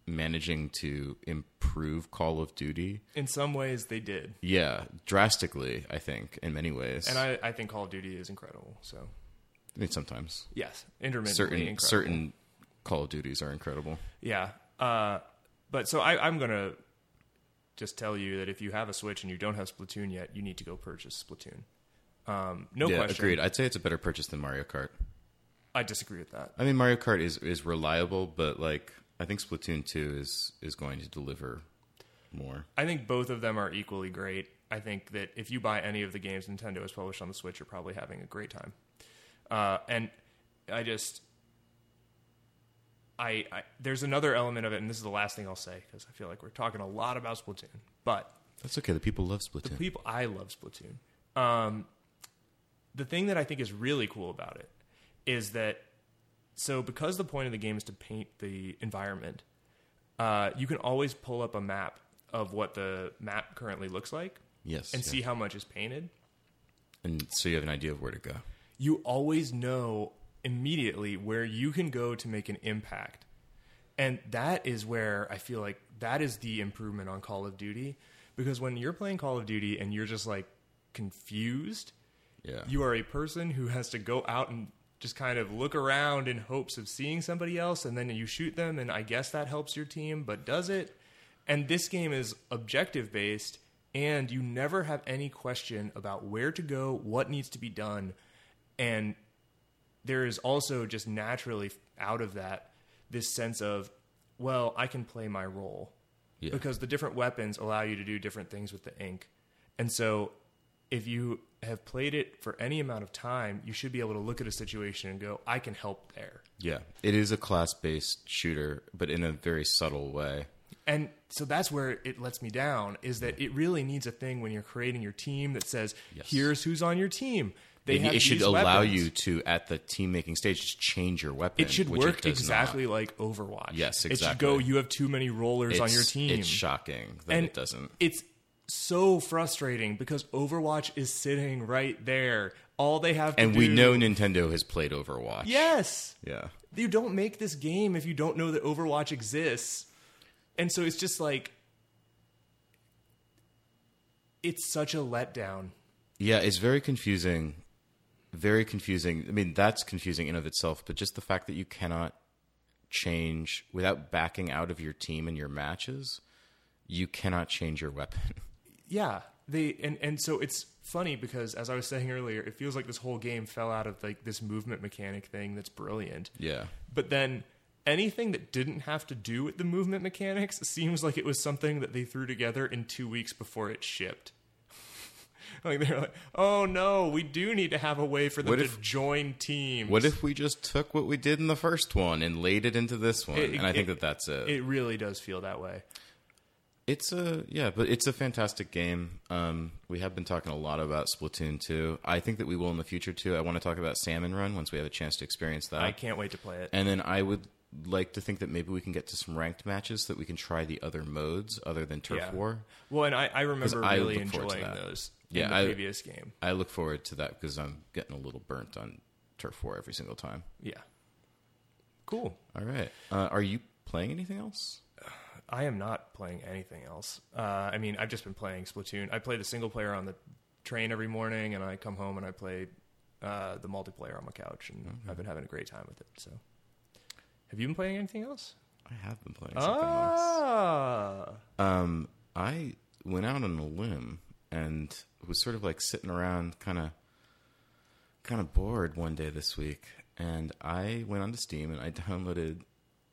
[SPEAKER 2] managing to improve Call of Duty.
[SPEAKER 1] In some ways, they did,
[SPEAKER 2] Yeah, drastically, I think in many ways.
[SPEAKER 1] and I, I think Call of Duty is incredible. So
[SPEAKER 2] I mean sometimes
[SPEAKER 1] yes, intermittently
[SPEAKER 2] certain
[SPEAKER 1] incredible.
[SPEAKER 2] certain Call of Duties are incredible.
[SPEAKER 1] Yeah. Uh, but so I, I'm going to just tell you that if you have a Switch and you don't have Splatoon yet, you need to go purchase Splatoon. Um, no
[SPEAKER 2] yeah,
[SPEAKER 1] question.
[SPEAKER 2] agreed. I'd say it's a better purchase than Mario Kart.
[SPEAKER 1] I disagree with that.
[SPEAKER 2] I mean, Mario Kart is is reliable, but like I think Splatoon two is is going to deliver more.
[SPEAKER 1] I think both of them are equally great. I think that if you buy any of the games Nintendo has published on the Switch, you're probably having a great time. Uh, and I just, I, I there's another element of it, and this is the last thing I'll say because I feel like we're talking a lot about Splatoon, but
[SPEAKER 2] That's okay. The people love Splatoon.
[SPEAKER 1] the people I love Splatoon. Um, the thing that I think is really cool about it is that so because the point of the game is to paint the environment, uh, you can always pull up a map of what the map currently looks like
[SPEAKER 2] yes,
[SPEAKER 1] and
[SPEAKER 2] yeah.
[SPEAKER 1] see how much is painted.
[SPEAKER 2] and so you have an idea of where to go.
[SPEAKER 1] You always know immediately where you can go to make an impact. And that is where I feel like that is the improvement on Call of Duty because when you're playing Call of Duty and you're just like confused,
[SPEAKER 2] Yeah,
[SPEAKER 1] you are a person who has to go out and just kind of look around in hopes of seeing somebody else and then you shoot them and i guess that helps your team but does it and this game is objective based and you never have any question about where to go what needs to be done and there is also just naturally out of that this sense of well i can play my role
[SPEAKER 2] Yeah.
[SPEAKER 1] because the different weapons allow you to do different things with the ink and so if you have played it for any amount of time you should be able to look at a situation and go i can help there
[SPEAKER 2] yeah. It is a class based shooter, but in a very subtle way.
[SPEAKER 1] and so that's where it lets me down is that it really needs a thing when you're creating your team that says here's who's on your team they
[SPEAKER 2] It,
[SPEAKER 1] have
[SPEAKER 2] it should
[SPEAKER 1] these
[SPEAKER 2] allow
[SPEAKER 1] weapons.
[SPEAKER 2] you to at the team making stage just change your weapon.
[SPEAKER 1] It should
[SPEAKER 2] which
[SPEAKER 1] work
[SPEAKER 2] does not.
[SPEAKER 1] exactly like Overwatch.
[SPEAKER 2] Yes,
[SPEAKER 1] It should go.
[SPEAKER 2] exactly.
[SPEAKER 1] You have too many rollers on your
[SPEAKER 2] It's-
[SPEAKER 1] team.
[SPEAKER 2] It's shocking that
[SPEAKER 1] And
[SPEAKER 2] it doesn't.
[SPEAKER 1] It's so frustrating because Overwatch is sitting right there. All they have to
[SPEAKER 2] And we
[SPEAKER 1] do-
[SPEAKER 2] know Nintendo has played Overwatch.
[SPEAKER 1] Yes,
[SPEAKER 2] Yeah.
[SPEAKER 1] you don't make this game if you don't know that Overwatch exists, and so it's just like it's such a letdown.
[SPEAKER 2] Yeah, it's very confusing. Very confusing. I mean, that's confusing in of itself, but just the fact that you cannot change without backing out of your team and your matches, you cannot change your weapon.
[SPEAKER 1] yeah they and and so it's funny because as i was saying earlier it feels like this whole game fell out of like this movement mechanic thing that's brilliant
[SPEAKER 2] Yeah.
[SPEAKER 1] but then anything that didn't have to do with the movement mechanics seems like it was something that they threw together in two weeks before it shipped like they're like oh no we do need to have a way for them
[SPEAKER 2] What
[SPEAKER 1] to
[SPEAKER 2] if-
[SPEAKER 1] join teams
[SPEAKER 2] What if we just took what we did in the first one and laid it into this one?
[SPEAKER 1] It-
[SPEAKER 2] and I think
[SPEAKER 1] it-
[SPEAKER 2] that that's it.
[SPEAKER 1] it really does feel that way
[SPEAKER 2] It's a yeah, but it's a fantastic game. Um, we have been talking a lot about Splatoon 2. I think that we will in the future too. I want to talk about Salmon Run once we have a chance to experience that.
[SPEAKER 1] i can't wait to play it
[SPEAKER 2] and then I would like to think that maybe we can get to some ranked matches so that we can try the other modes other than turf
[SPEAKER 1] Yeah.
[SPEAKER 2] war.
[SPEAKER 1] well and i, I remember
[SPEAKER 2] I
[SPEAKER 1] really
[SPEAKER 2] look forward to
[SPEAKER 1] enjoying
[SPEAKER 2] that.
[SPEAKER 1] those
[SPEAKER 2] Yeah,
[SPEAKER 1] in the
[SPEAKER 2] I-
[SPEAKER 1] previous game
[SPEAKER 2] I look forward to that because I'm getting a little burnt on turf war every single time.
[SPEAKER 1] yeah cool
[SPEAKER 2] All right, uh, are you playing anything else?
[SPEAKER 1] I am not playing anything else. Uh, I mean, I've just been playing Splatoon. I play the single player on the train every morning, and I come
[SPEAKER 2] Mm-hmm.
[SPEAKER 1] home and I play uh, the multiplayer on my couch, and I've been having a great time with it. So Have you been playing anything else?
[SPEAKER 2] I have been playing something else.
[SPEAKER 1] Ah,
[SPEAKER 2] Um, I went out on a limb and was sort of like sitting around, kind of, kind of bored one day this week, and I went onto Steam and I downloaded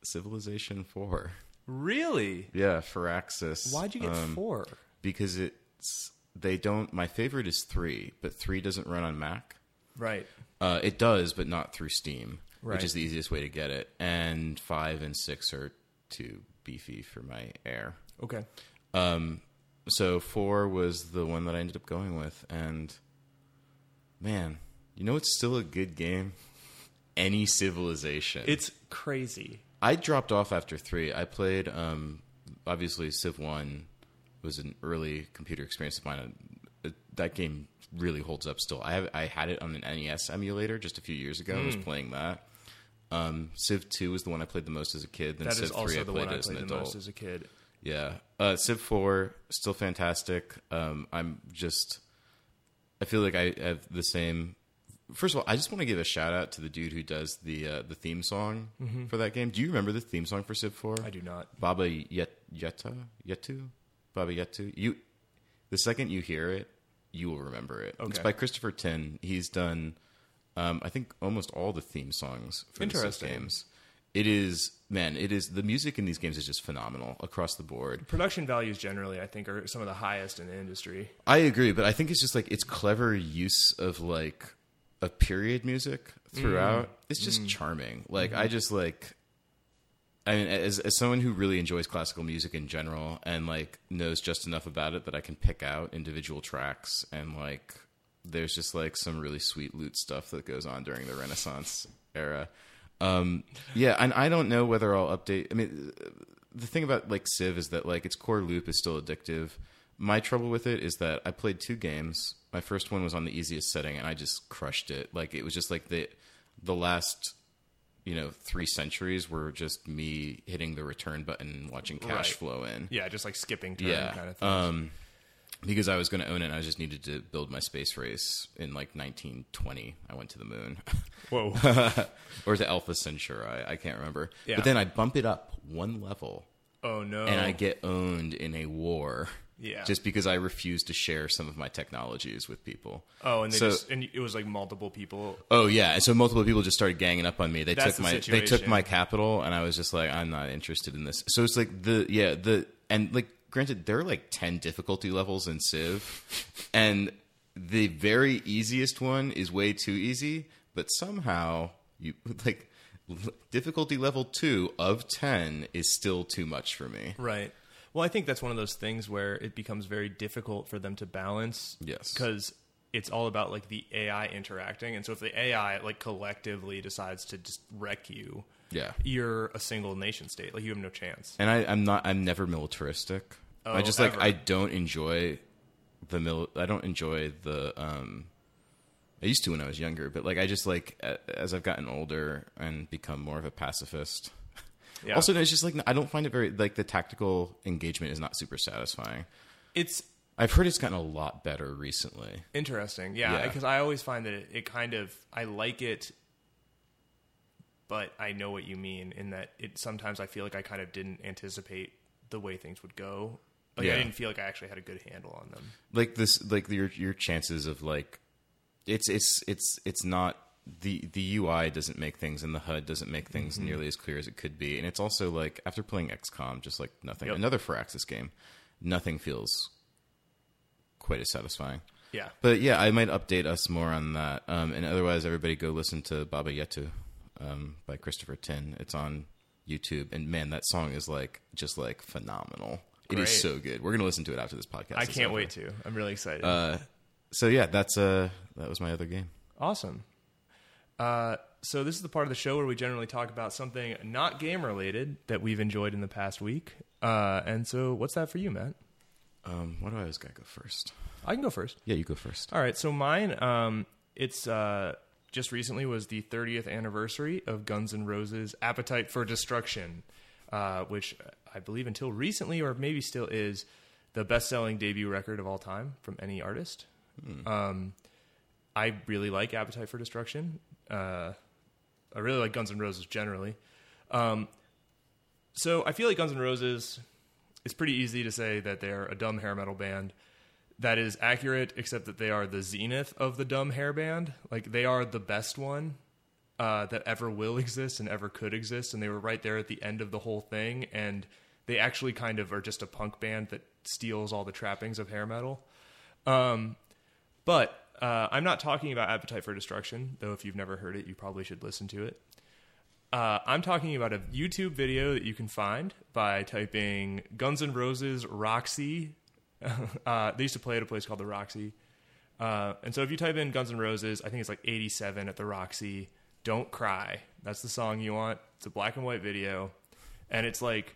[SPEAKER 2] Civilization Four.
[SPEAKER 1] really?
[SPEAKER 2] Yeah, Firaxis.
[SPEAKER 1] Why'd you get
[SPEAKER 2] um,
[SPEAKER 1] four?
[SPEAKER 2] Because it's they don't. My favorite is three, but three doesn't run on Mac.
[SPEAKER 1] Right.
[SPEAKER 2] Uh, it does, but not through Steam,
[SPEAKER 1] Right.
[SPEAKER 2] which is the easiest way to get it. And five and six are too beefy for my air.
[SPEAKER 1] Okay.
[SPEAKER 2] Um, so four was the one that I ended up going with, and man, you know it's still a good game. Any civilization.
[SPEAKER 1] It's crazy.
[SPEAKER 2] I dropped off after three. I played, um, obviously, Civ One was an early computer experience of mine. It- That game really holds up still. I have, I had it on an NES emulator just a few years ago. I was
[SPEAKER 1] Hmm.
[SPEAKER 2] playing that. Um, Civ Two was the one I played the most as a kid. Then
[SPEAKER 1] That is
[SPEAKER 2] Civ Three
[SPEAKER 1] also
[SPEAKER 2] I
[SPEAKER 1] the
[SPEAKER 2] played
[SPEAKER 1] one I
[SPEAKER 2] as
[SPEAKER 1] played
[SPEAKER 2] an
[SPEAKER 1] the
[SPEAKER 2] adult.
[SPEAKER 1] most as a kid.
[SPEAKER 2] Yeah. Uh, Civ 4, still fantastic. Um, I'm just, I feel like I have the same. First of all, I just want to give a shout out to the dude who does the uh, the theme song for that game. Do you remember the theme song for Civ 4?
[SPEAKER 1] I do not.
[SPEAKER 2] Baba Yet, Yetta? Yetu? Baba Yetu? You, the second you hear it, you will remember it. It's
[SPEAKER 1] Okay.
[SPEAKER 2] by Christopher Tin. He's done, um, I think, almost all the theme songs for the Civ
[SPEAKER 1] Interesting.
[SPEAKER 2] games. It is, man, it is, the music in these games is just phenomenal across the board.
[SPEAKER 1] Production values generally, I think, are some of the highest in the industry.
[SPEAKER 2] I agree, but I think it's just like it's clever use of like a period music throughout. It's just charming. Like I just like I mean as as someone who really enjoys classical music in general and like knows just enough about it that I can pick out individual tracks and like there's just like some really sweet lute stuff that goes on during the Renaissance era. Um yeah, and I don't know whether I'll update I mean the thing about like Civ is that like its core loop is still addictive. My trouble with it is that I played two games. My first one was on the easiest setting, and I just crushed it. Like it was just like the the last you know three centuries were just me hitting the return button, and watching cash
[SPEAKER 1] Right.
[SPEAKER 2] flow in
[SPEAKER 1] Yeah, just like skipping turn kind of thing.
[SPEAKER 2] um, because I was going to own it. and I just needed to build my space race in like 1920. I went to the moon
[SPEAKER 1] Whoa.
[SPEAKER 2] or the Alpha Centauri. I can't remember.
[SPEAKER 1] Yeah.
[SPEAKER 2] But then I bump it up one level
[SPEAKER 1] oh no.
[SPEAKER 2] and I get owned in a war.
[SPEAKER 1] Yeah.
[SPEAKER 2] Just because I refuse to share some of my technologies with people.
[SPEAKER 1] oh, and they
[SPEAKER 2] so-
[SPEAKER 1] just and it was like multiple people.
[SPEAKER 2] Oh yeah, and so multiple people just started ganging up on me. They
[SPEAKER 1] That's
[SPEAKER 2] took
[SPEAKER 1] the
[SPEAKER 2] my they took
[SPEAKER 1] situation.
[SPEAKER 2] my capital, and I was just like, I'm not interested in this. So it's like the yeah the and like granted there are like ten difficulty levels in Civ, and the very easiest one is way too easy, but somehow you like difficulty level two of ten is still too much for me.
[SPEAKER 1] Right. Well, I think that's one of those things where it becomes very difficult for them to balance.
[SPEAKER 2] Yes.
[SPEAKER 1] Because it's all about like the AI interacting, and so if the AI like collectively decides to just wreck you,
[SPEAKER 2] Yeah.
[SPEAKER 1] you're a single nation state. Like you have no chance.
[SPEAKER 2] and I, I'm not. I'm never militaristic. I just like
[SPEAKER 1] Oh, ever.
[SPEAKER 2] I don't enjoy the mil. I don't enjoy the. um I used to when I was younger, but like I just like a- as I've gotten older and become more of a pacifist.
[SPEAKER 1] Yeah.
[SPEAKER 2] Also, no, it's just like I don't find it very like the tactical engagement is not super satisfying.
[SPEAKER 1] It's
[SPEAKER 2] I've heard it's gotten a lot better recently.
[SPEAKER 1] Interesting. Yeah,
[SPEAKER 2] Yeah.
[SPEAKER 1] because I always find that it, it kind of I like it, but I know what you mean in that it sometimes I feel like I kind of didn't anticipate the way things would go. Like I
[SPEAKER 2] Yeah.
[SPEAKER 1] didn't feel like I actually had a good handle on them.
[SPEAKER 2] like this like your your chances of like it's it's it's it's not the the UI doesn't make things and the HUD doesn't make things
[SPEAKER 1] Mm-hmm.
[SPEAKER 2] nearly as clear as it could be and it's also like after playing XCOM just like nothing
[SPEAKER 1] Yep.
[SPEAKER 2] another Firaxis game nothing feels quite as satisfying
[SPEAKER 1] Yeah.
[SPEAKER 2] but yeah I might update us more on that um, and otherwise everybody go listen to Baba Yetu um, by Christopher Tin it's on YouTube and man that song is like just like phenomenal it
[SPEAKER 1] Great.
[SPEAKER 2] is so good we're gonna listen to it after this podcast
[SPEAKER 1] I
[SPEAKER 2] is
[SPEAKER 1] can't
[SPEAKER 2] over.
[SPEAKER 1] wait to. I'm really excited.
[SPEAKER 2] Uh, So yeah, that's uh that was my other game.
[SPEAKER 1] awesome. Uh, so this is the part of the show where we generally talk about something not game related that we've enjoyed in the past week. Uh, and so what's that for you, Matt?
[SPEAKER 2] Um, why do I always gotta go first?
[SPEAKER 1] I can go first.
[SPEAKER 2] Yeah, you go first.
[SPEAKER 1] All right, so mine, um, it's uh, just recently was the 30th anniversary of Guns N' Roses' Appetite for Destruction, uh, which I believe until recently, or maybe still is, the best-selling debut record of all time from any artist. Um, I really like Appetite for Destruction. Uh, I really like Guns N' Roses generally. Um, so I feel like Guns N' Roses. It's pretty easy to say that they're a dumb hair metal band. That is accurate, except that they are the zenith of the dumb hair band. Like they are the best one uh, that ever will exist and ever could exist, and they were right there at the end of the whole thing. And they actually kind of are just a punk band that steals all the trappings of hair metal. Um, but uh, I'm not talking about Appetite for Destruction, though if you've never heard it, you probably should listen to it. Uh, I'm talking about a YouTube video that you can find by typing Guns N' Roses Roxy. uh, they used to play at a place called the Roxy. Uh, and so if you type in Guns N' Roses, I think it's like 87 at the Roxy. Don't cry. That's the song you want. It's a black and white video. And it's like,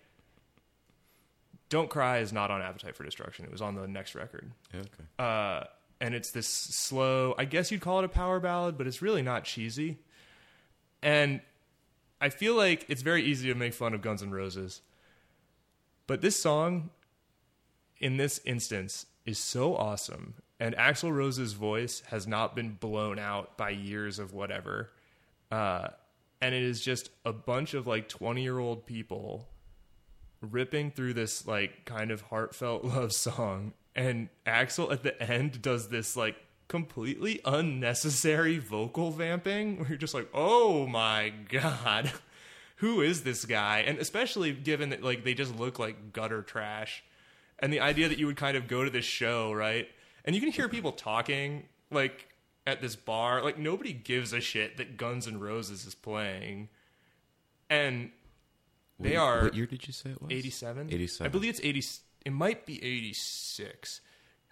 [SPEAKER 1] Don't Cry is not on Appetite for Destruction. It was on the next record
[SPEAKER 2] Yeah, okay.
[SPEAKER 1] uh, and it's this slow. I guess you'd call it a power ballad, but it's really not cheesy. And I feel like it's very easy to make fun of Guns N' Roses, but this song, in this instance, is so awesome. And Axl Rose's voice has not been blown out by years of whatever. Uh, and it is just a bunch of like 20 year old people ripping through this like kind of heartfelt love song and Axel at the end does this like completely unnecessary vocal vamping where you're just like oh my god who is this guy and especially given that like they just look like gutter trash and the idea that you would kind of go to this show right and you can hear people talking like at this bar like nobody gives a shit that Guns N' Roses is playing and
[SPEAKER 2] What-
[SPEAKER 1] they are
[SPEAKER 2] What year did you say it was?
[SPEAKER 1] 87
[SPEAKER 2] 87.
[SPEAKER 1] i believe it's 80 it might be 86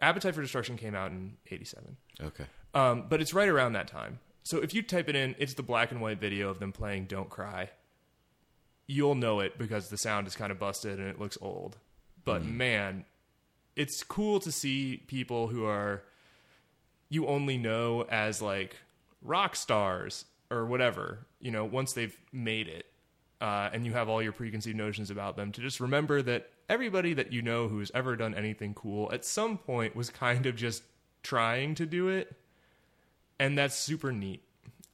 [SPEAKER 1] appetite for destruction came out in 87
[SPEAKER 2] Okay.
[SPEAKER 1] um, but it's right around that time so if you type it in it's the black and white video of them playing don't cry you'll know it because the sound is kind of busted and it looks old but man it's cool to see people who are you only know as like rock stars or whatever you know once they've made it uh, and you have all your preconceived notions about them to just remember that everybody that you know who's ever done anything cool at some point was kind of just trying to do it and that's super neat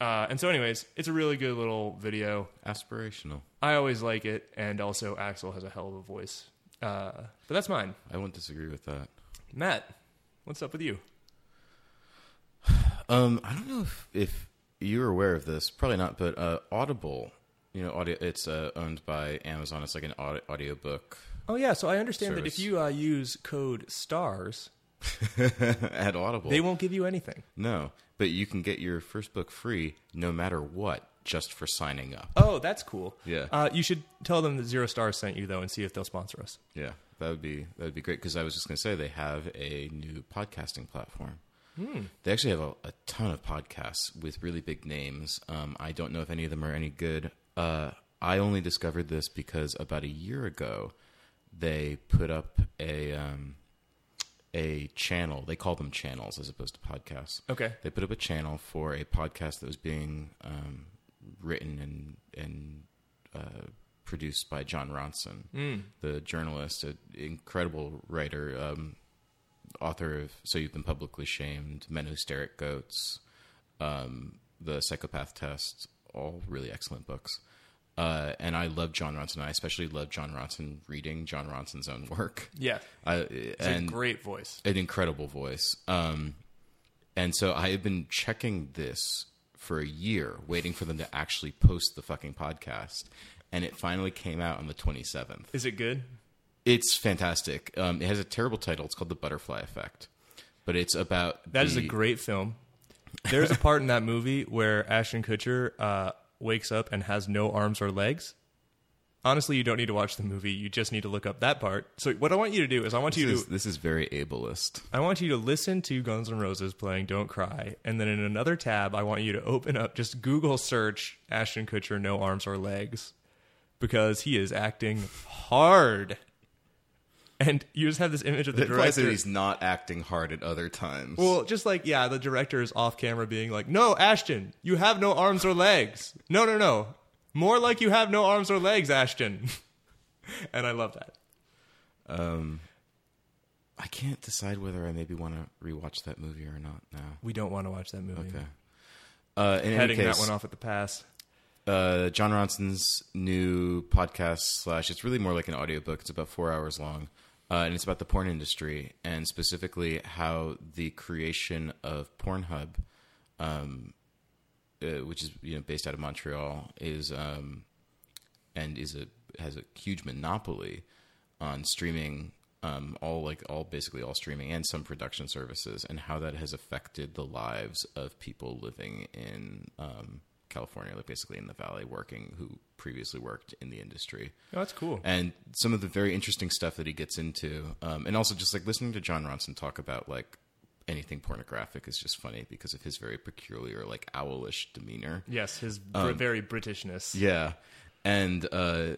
[SPEAKER 1] uh, and so anyways it's a really good little video
[SPEAKER 2] Aspirational.
[SPEAKER 1] i always like it and also axel has a hell of a voice uh, but that's mine
[SPEAKER 2] I wouldn't disagree with that.
[SPEAKER 1] matt what's up with you
[SPEAKER 2] Um, I don't know if, if you're aware of this, probably not, but uh, Audible, you know, audio, it's uh, owned by Amazon. It's like an audi- audiobook
[SPEAKER 1] Oh yeah, so I understand that
[SPEAKER 2] Service.
[SPEAKER 1] if you uh, use code stars,
[SPEAKER 2] at Audible.
[SPEAKER 1] they won't give you anything.
[SPEAKER 2] no, but you can get your first book free no matter what just for signing up.
[SPEAKER 1] Oh, that's cool.
[SPEAKER 2] Yeah.
[SPEAKER 1] Uh, you should tell them that Zero Stars sent you though, and see if they'll sponsor us.
[SPEAKER 2] Yeah, that would be that would be great because I was just going to say they have a new podcasting platform. They actually have a, a ton of podcasts with really big names. Um, I don't know if any of them are any good. Uh, I only discovered this because about a year ago they put up a um, a channel. They call them channels as opposed to podcasts.
[SPEAKER 1] Okay.
[SPEAKER 2] They put up a channel for a podcast that was being um, written and and uh, produced by John Ronson,
[SPEAKER 1] Mm.
[SPEAKER 2] the journalist, an incredible writer, um, author of "So You've Been Publicly Shamed," "Men Who Stare at Goats," um, "The Psychopath Test," all really excellent books. Uh, and I love John Ronson. I especially love John Ronson reading John Ronson's own work.
[SPEAKER 1] Yeah.
[SPEAKER 2] I,
[SPEAKER 1] It's
[SPEAKER 2] and
[SPEAKER 1] a great voice.
[SPEAKER 2] an incredible voice. Um, and so I have been checking this for a year, waiting for them to actually post the fucking podcast. And it finally came out on the 27th.
[SPEAKER 1] Is it good?
[SPEAKER 2] It's fantastic. Um, it has a terrible title. It's called The Butterfly Effect. But it's about.
[SPEAKER 1] That is a
[SPEAKER 2] the-
[SPEAKER 1] great film. There's a part in that movie where Ashton Kutcher uh, wakes up and has no arms or legs. Honestly, you don't need to watch the movie. You just need to look up that part. So what I want you to do is I want you
[SPEAKER 2] This
[SPEAKER 1] to
[SPEAKER 2] is, this is very ableist.
[SPEAKER 1] I want you to listen to Guns N' Roses playing Don't Cry, and then in another tab, I want you to open up, just Google search Ashton Kutcher, no arms or legs, because he is acting hard. And you just have this image of the
[SPEAKER 2] It implies that
[SPEAKER 1] director.
[SPEAKER 2] he's not acting hard at other times.
[SPEAKER 1] Well, just like, yeah, the director is off camera being like, no, Ashton, you have no arms or legs. No, no, no. More like you have no arms or legs, Ashton. and I love that.
[SPEAKER 2] I can't decide whether I maybe want to rewatch that movie or not now.
[SPEAKER 1] We don't want to watch that movie.
[SPEAKER 2] Okay. Uh, in any
[SPEAKER 1] Heading that
[SPEAKER 2] case,
[SPEAKER 1] one off at the pass.
[SPEAKER 2] uh, John Ronson's new podcast slash. It's really more like an audiobook. It's about four hours long, uh, and it's about the porn industry and specifically how the creation of Pornhub, um, uh, which is you know based out of Montreal, is um, and is a has a huge monopoly on streaming um, all like all basically all streaming and some production services and how that has affected the lives of people living in um, California like basically in the valley working who previously worked in the industry
[SPEAKER 1] Oh, that's cool.
[SPEAKER 2] and some of the very interesting stuff that he gets into um, and also just like listening to John Ronson talk about like anything pornographic is just funny because of his very peculiar like owlish demeanor
[SPEAKER 1] Yes, his br- very Britishness.
[SPEAKER 2] um, yeah. And uh,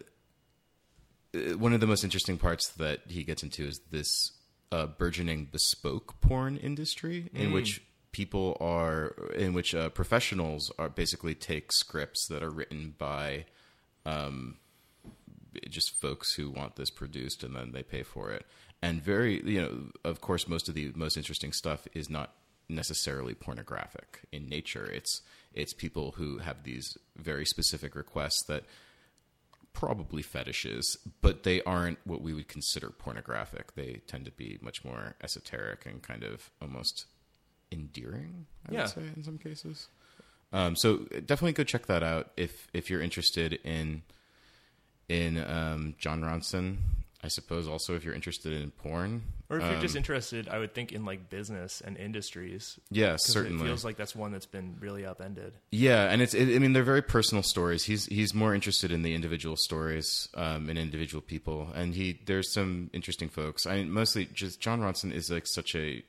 [SPEAKER 2] uh, one of the most interesting parts that he gets into is this uh, burgeoning bespoke porn industry in which people are, in which uh, professionals are basically take scripts that are written by just folks who want this produced and then they pay for it. And very, you know, of course, most of the most interesting stuff is not necessarily pornographic in nature. It's it's people who have these very specific requests that probably fetishes, but they aren't what we would consider pornographic. They tend to be much more esoteric and kind of almost endearing. I
[SPEAKER 1] Yeah.
[SPEAKER 2] would say in some cases. Um, so definitely go check that out if if you're interested in in um, John Ronson. I suppose also if you're interested in porn.
[SPEAKER 1] Or if
[SPEAKER 2] um,
[SPEAKER 1] you're just interested, I would think in like business and industries. 'cause
[SPEAKER 2] Yeah,
[SPEAKER 1] It
[SPEAKER 2] certainly.
[SPEAKER 1] feels like that's one that's been really upended.
[SPEAKER 2] yeah, and it's it, I mean they're very personal stories. He's he's more interested in the individual stories um, and individual people, and he there's some interesting folks. I mean, mostly just John Ronson is like such a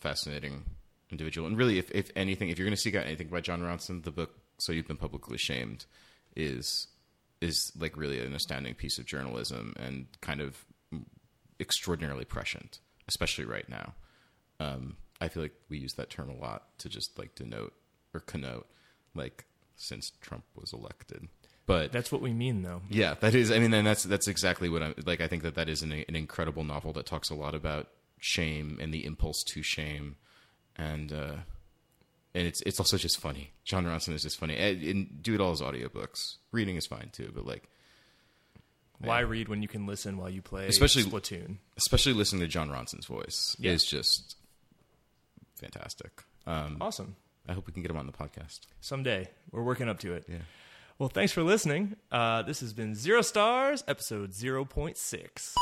[SPEAKER 2] fascinating individual, and really if if anything, if you're going to seek out anything by John Ronson, the book "So You've Been Publicly Shamed" is is like really an astounding piece of journalism and kind of extraordinarily prescient, especially right now. Um, I feel like we use that term a lot to just like denote or connote like since Trump was elected. But
[SPEAKER 1] That's what we mean, though.
[SPEAKER 2] yeah, that is. I mean, and that's that's exactly what I'm like. I think that that is an, an incredible novel that talks a lot about shame and the impulse to shame, and uh, and it's it's also just funny. John Ronson is just funny. And, and do it all as audiobooks. Reading is fine too, but like
[SPEAKER 1] Why read when you can listen while you play
[SPEAKER 2] Especially-
[SPEAKER 1] Splatoon?
[SPEAKER 2] especially listening to John Ronson's voice
[SPEAKER 1] Yeah.
[SPEAKER 2] is just fantastic. Um,
[SPEAKER 1] Awesome.
[SPEAKER 2] I hope we can get him on the podcast.
[SPEAKER 1] Someday. We're working up to it.
[SPEAKER 2] Yeah.
[SPEAKER 1] Well, thanks for listening. Uh, this has been Zero Stars, episode 0.6.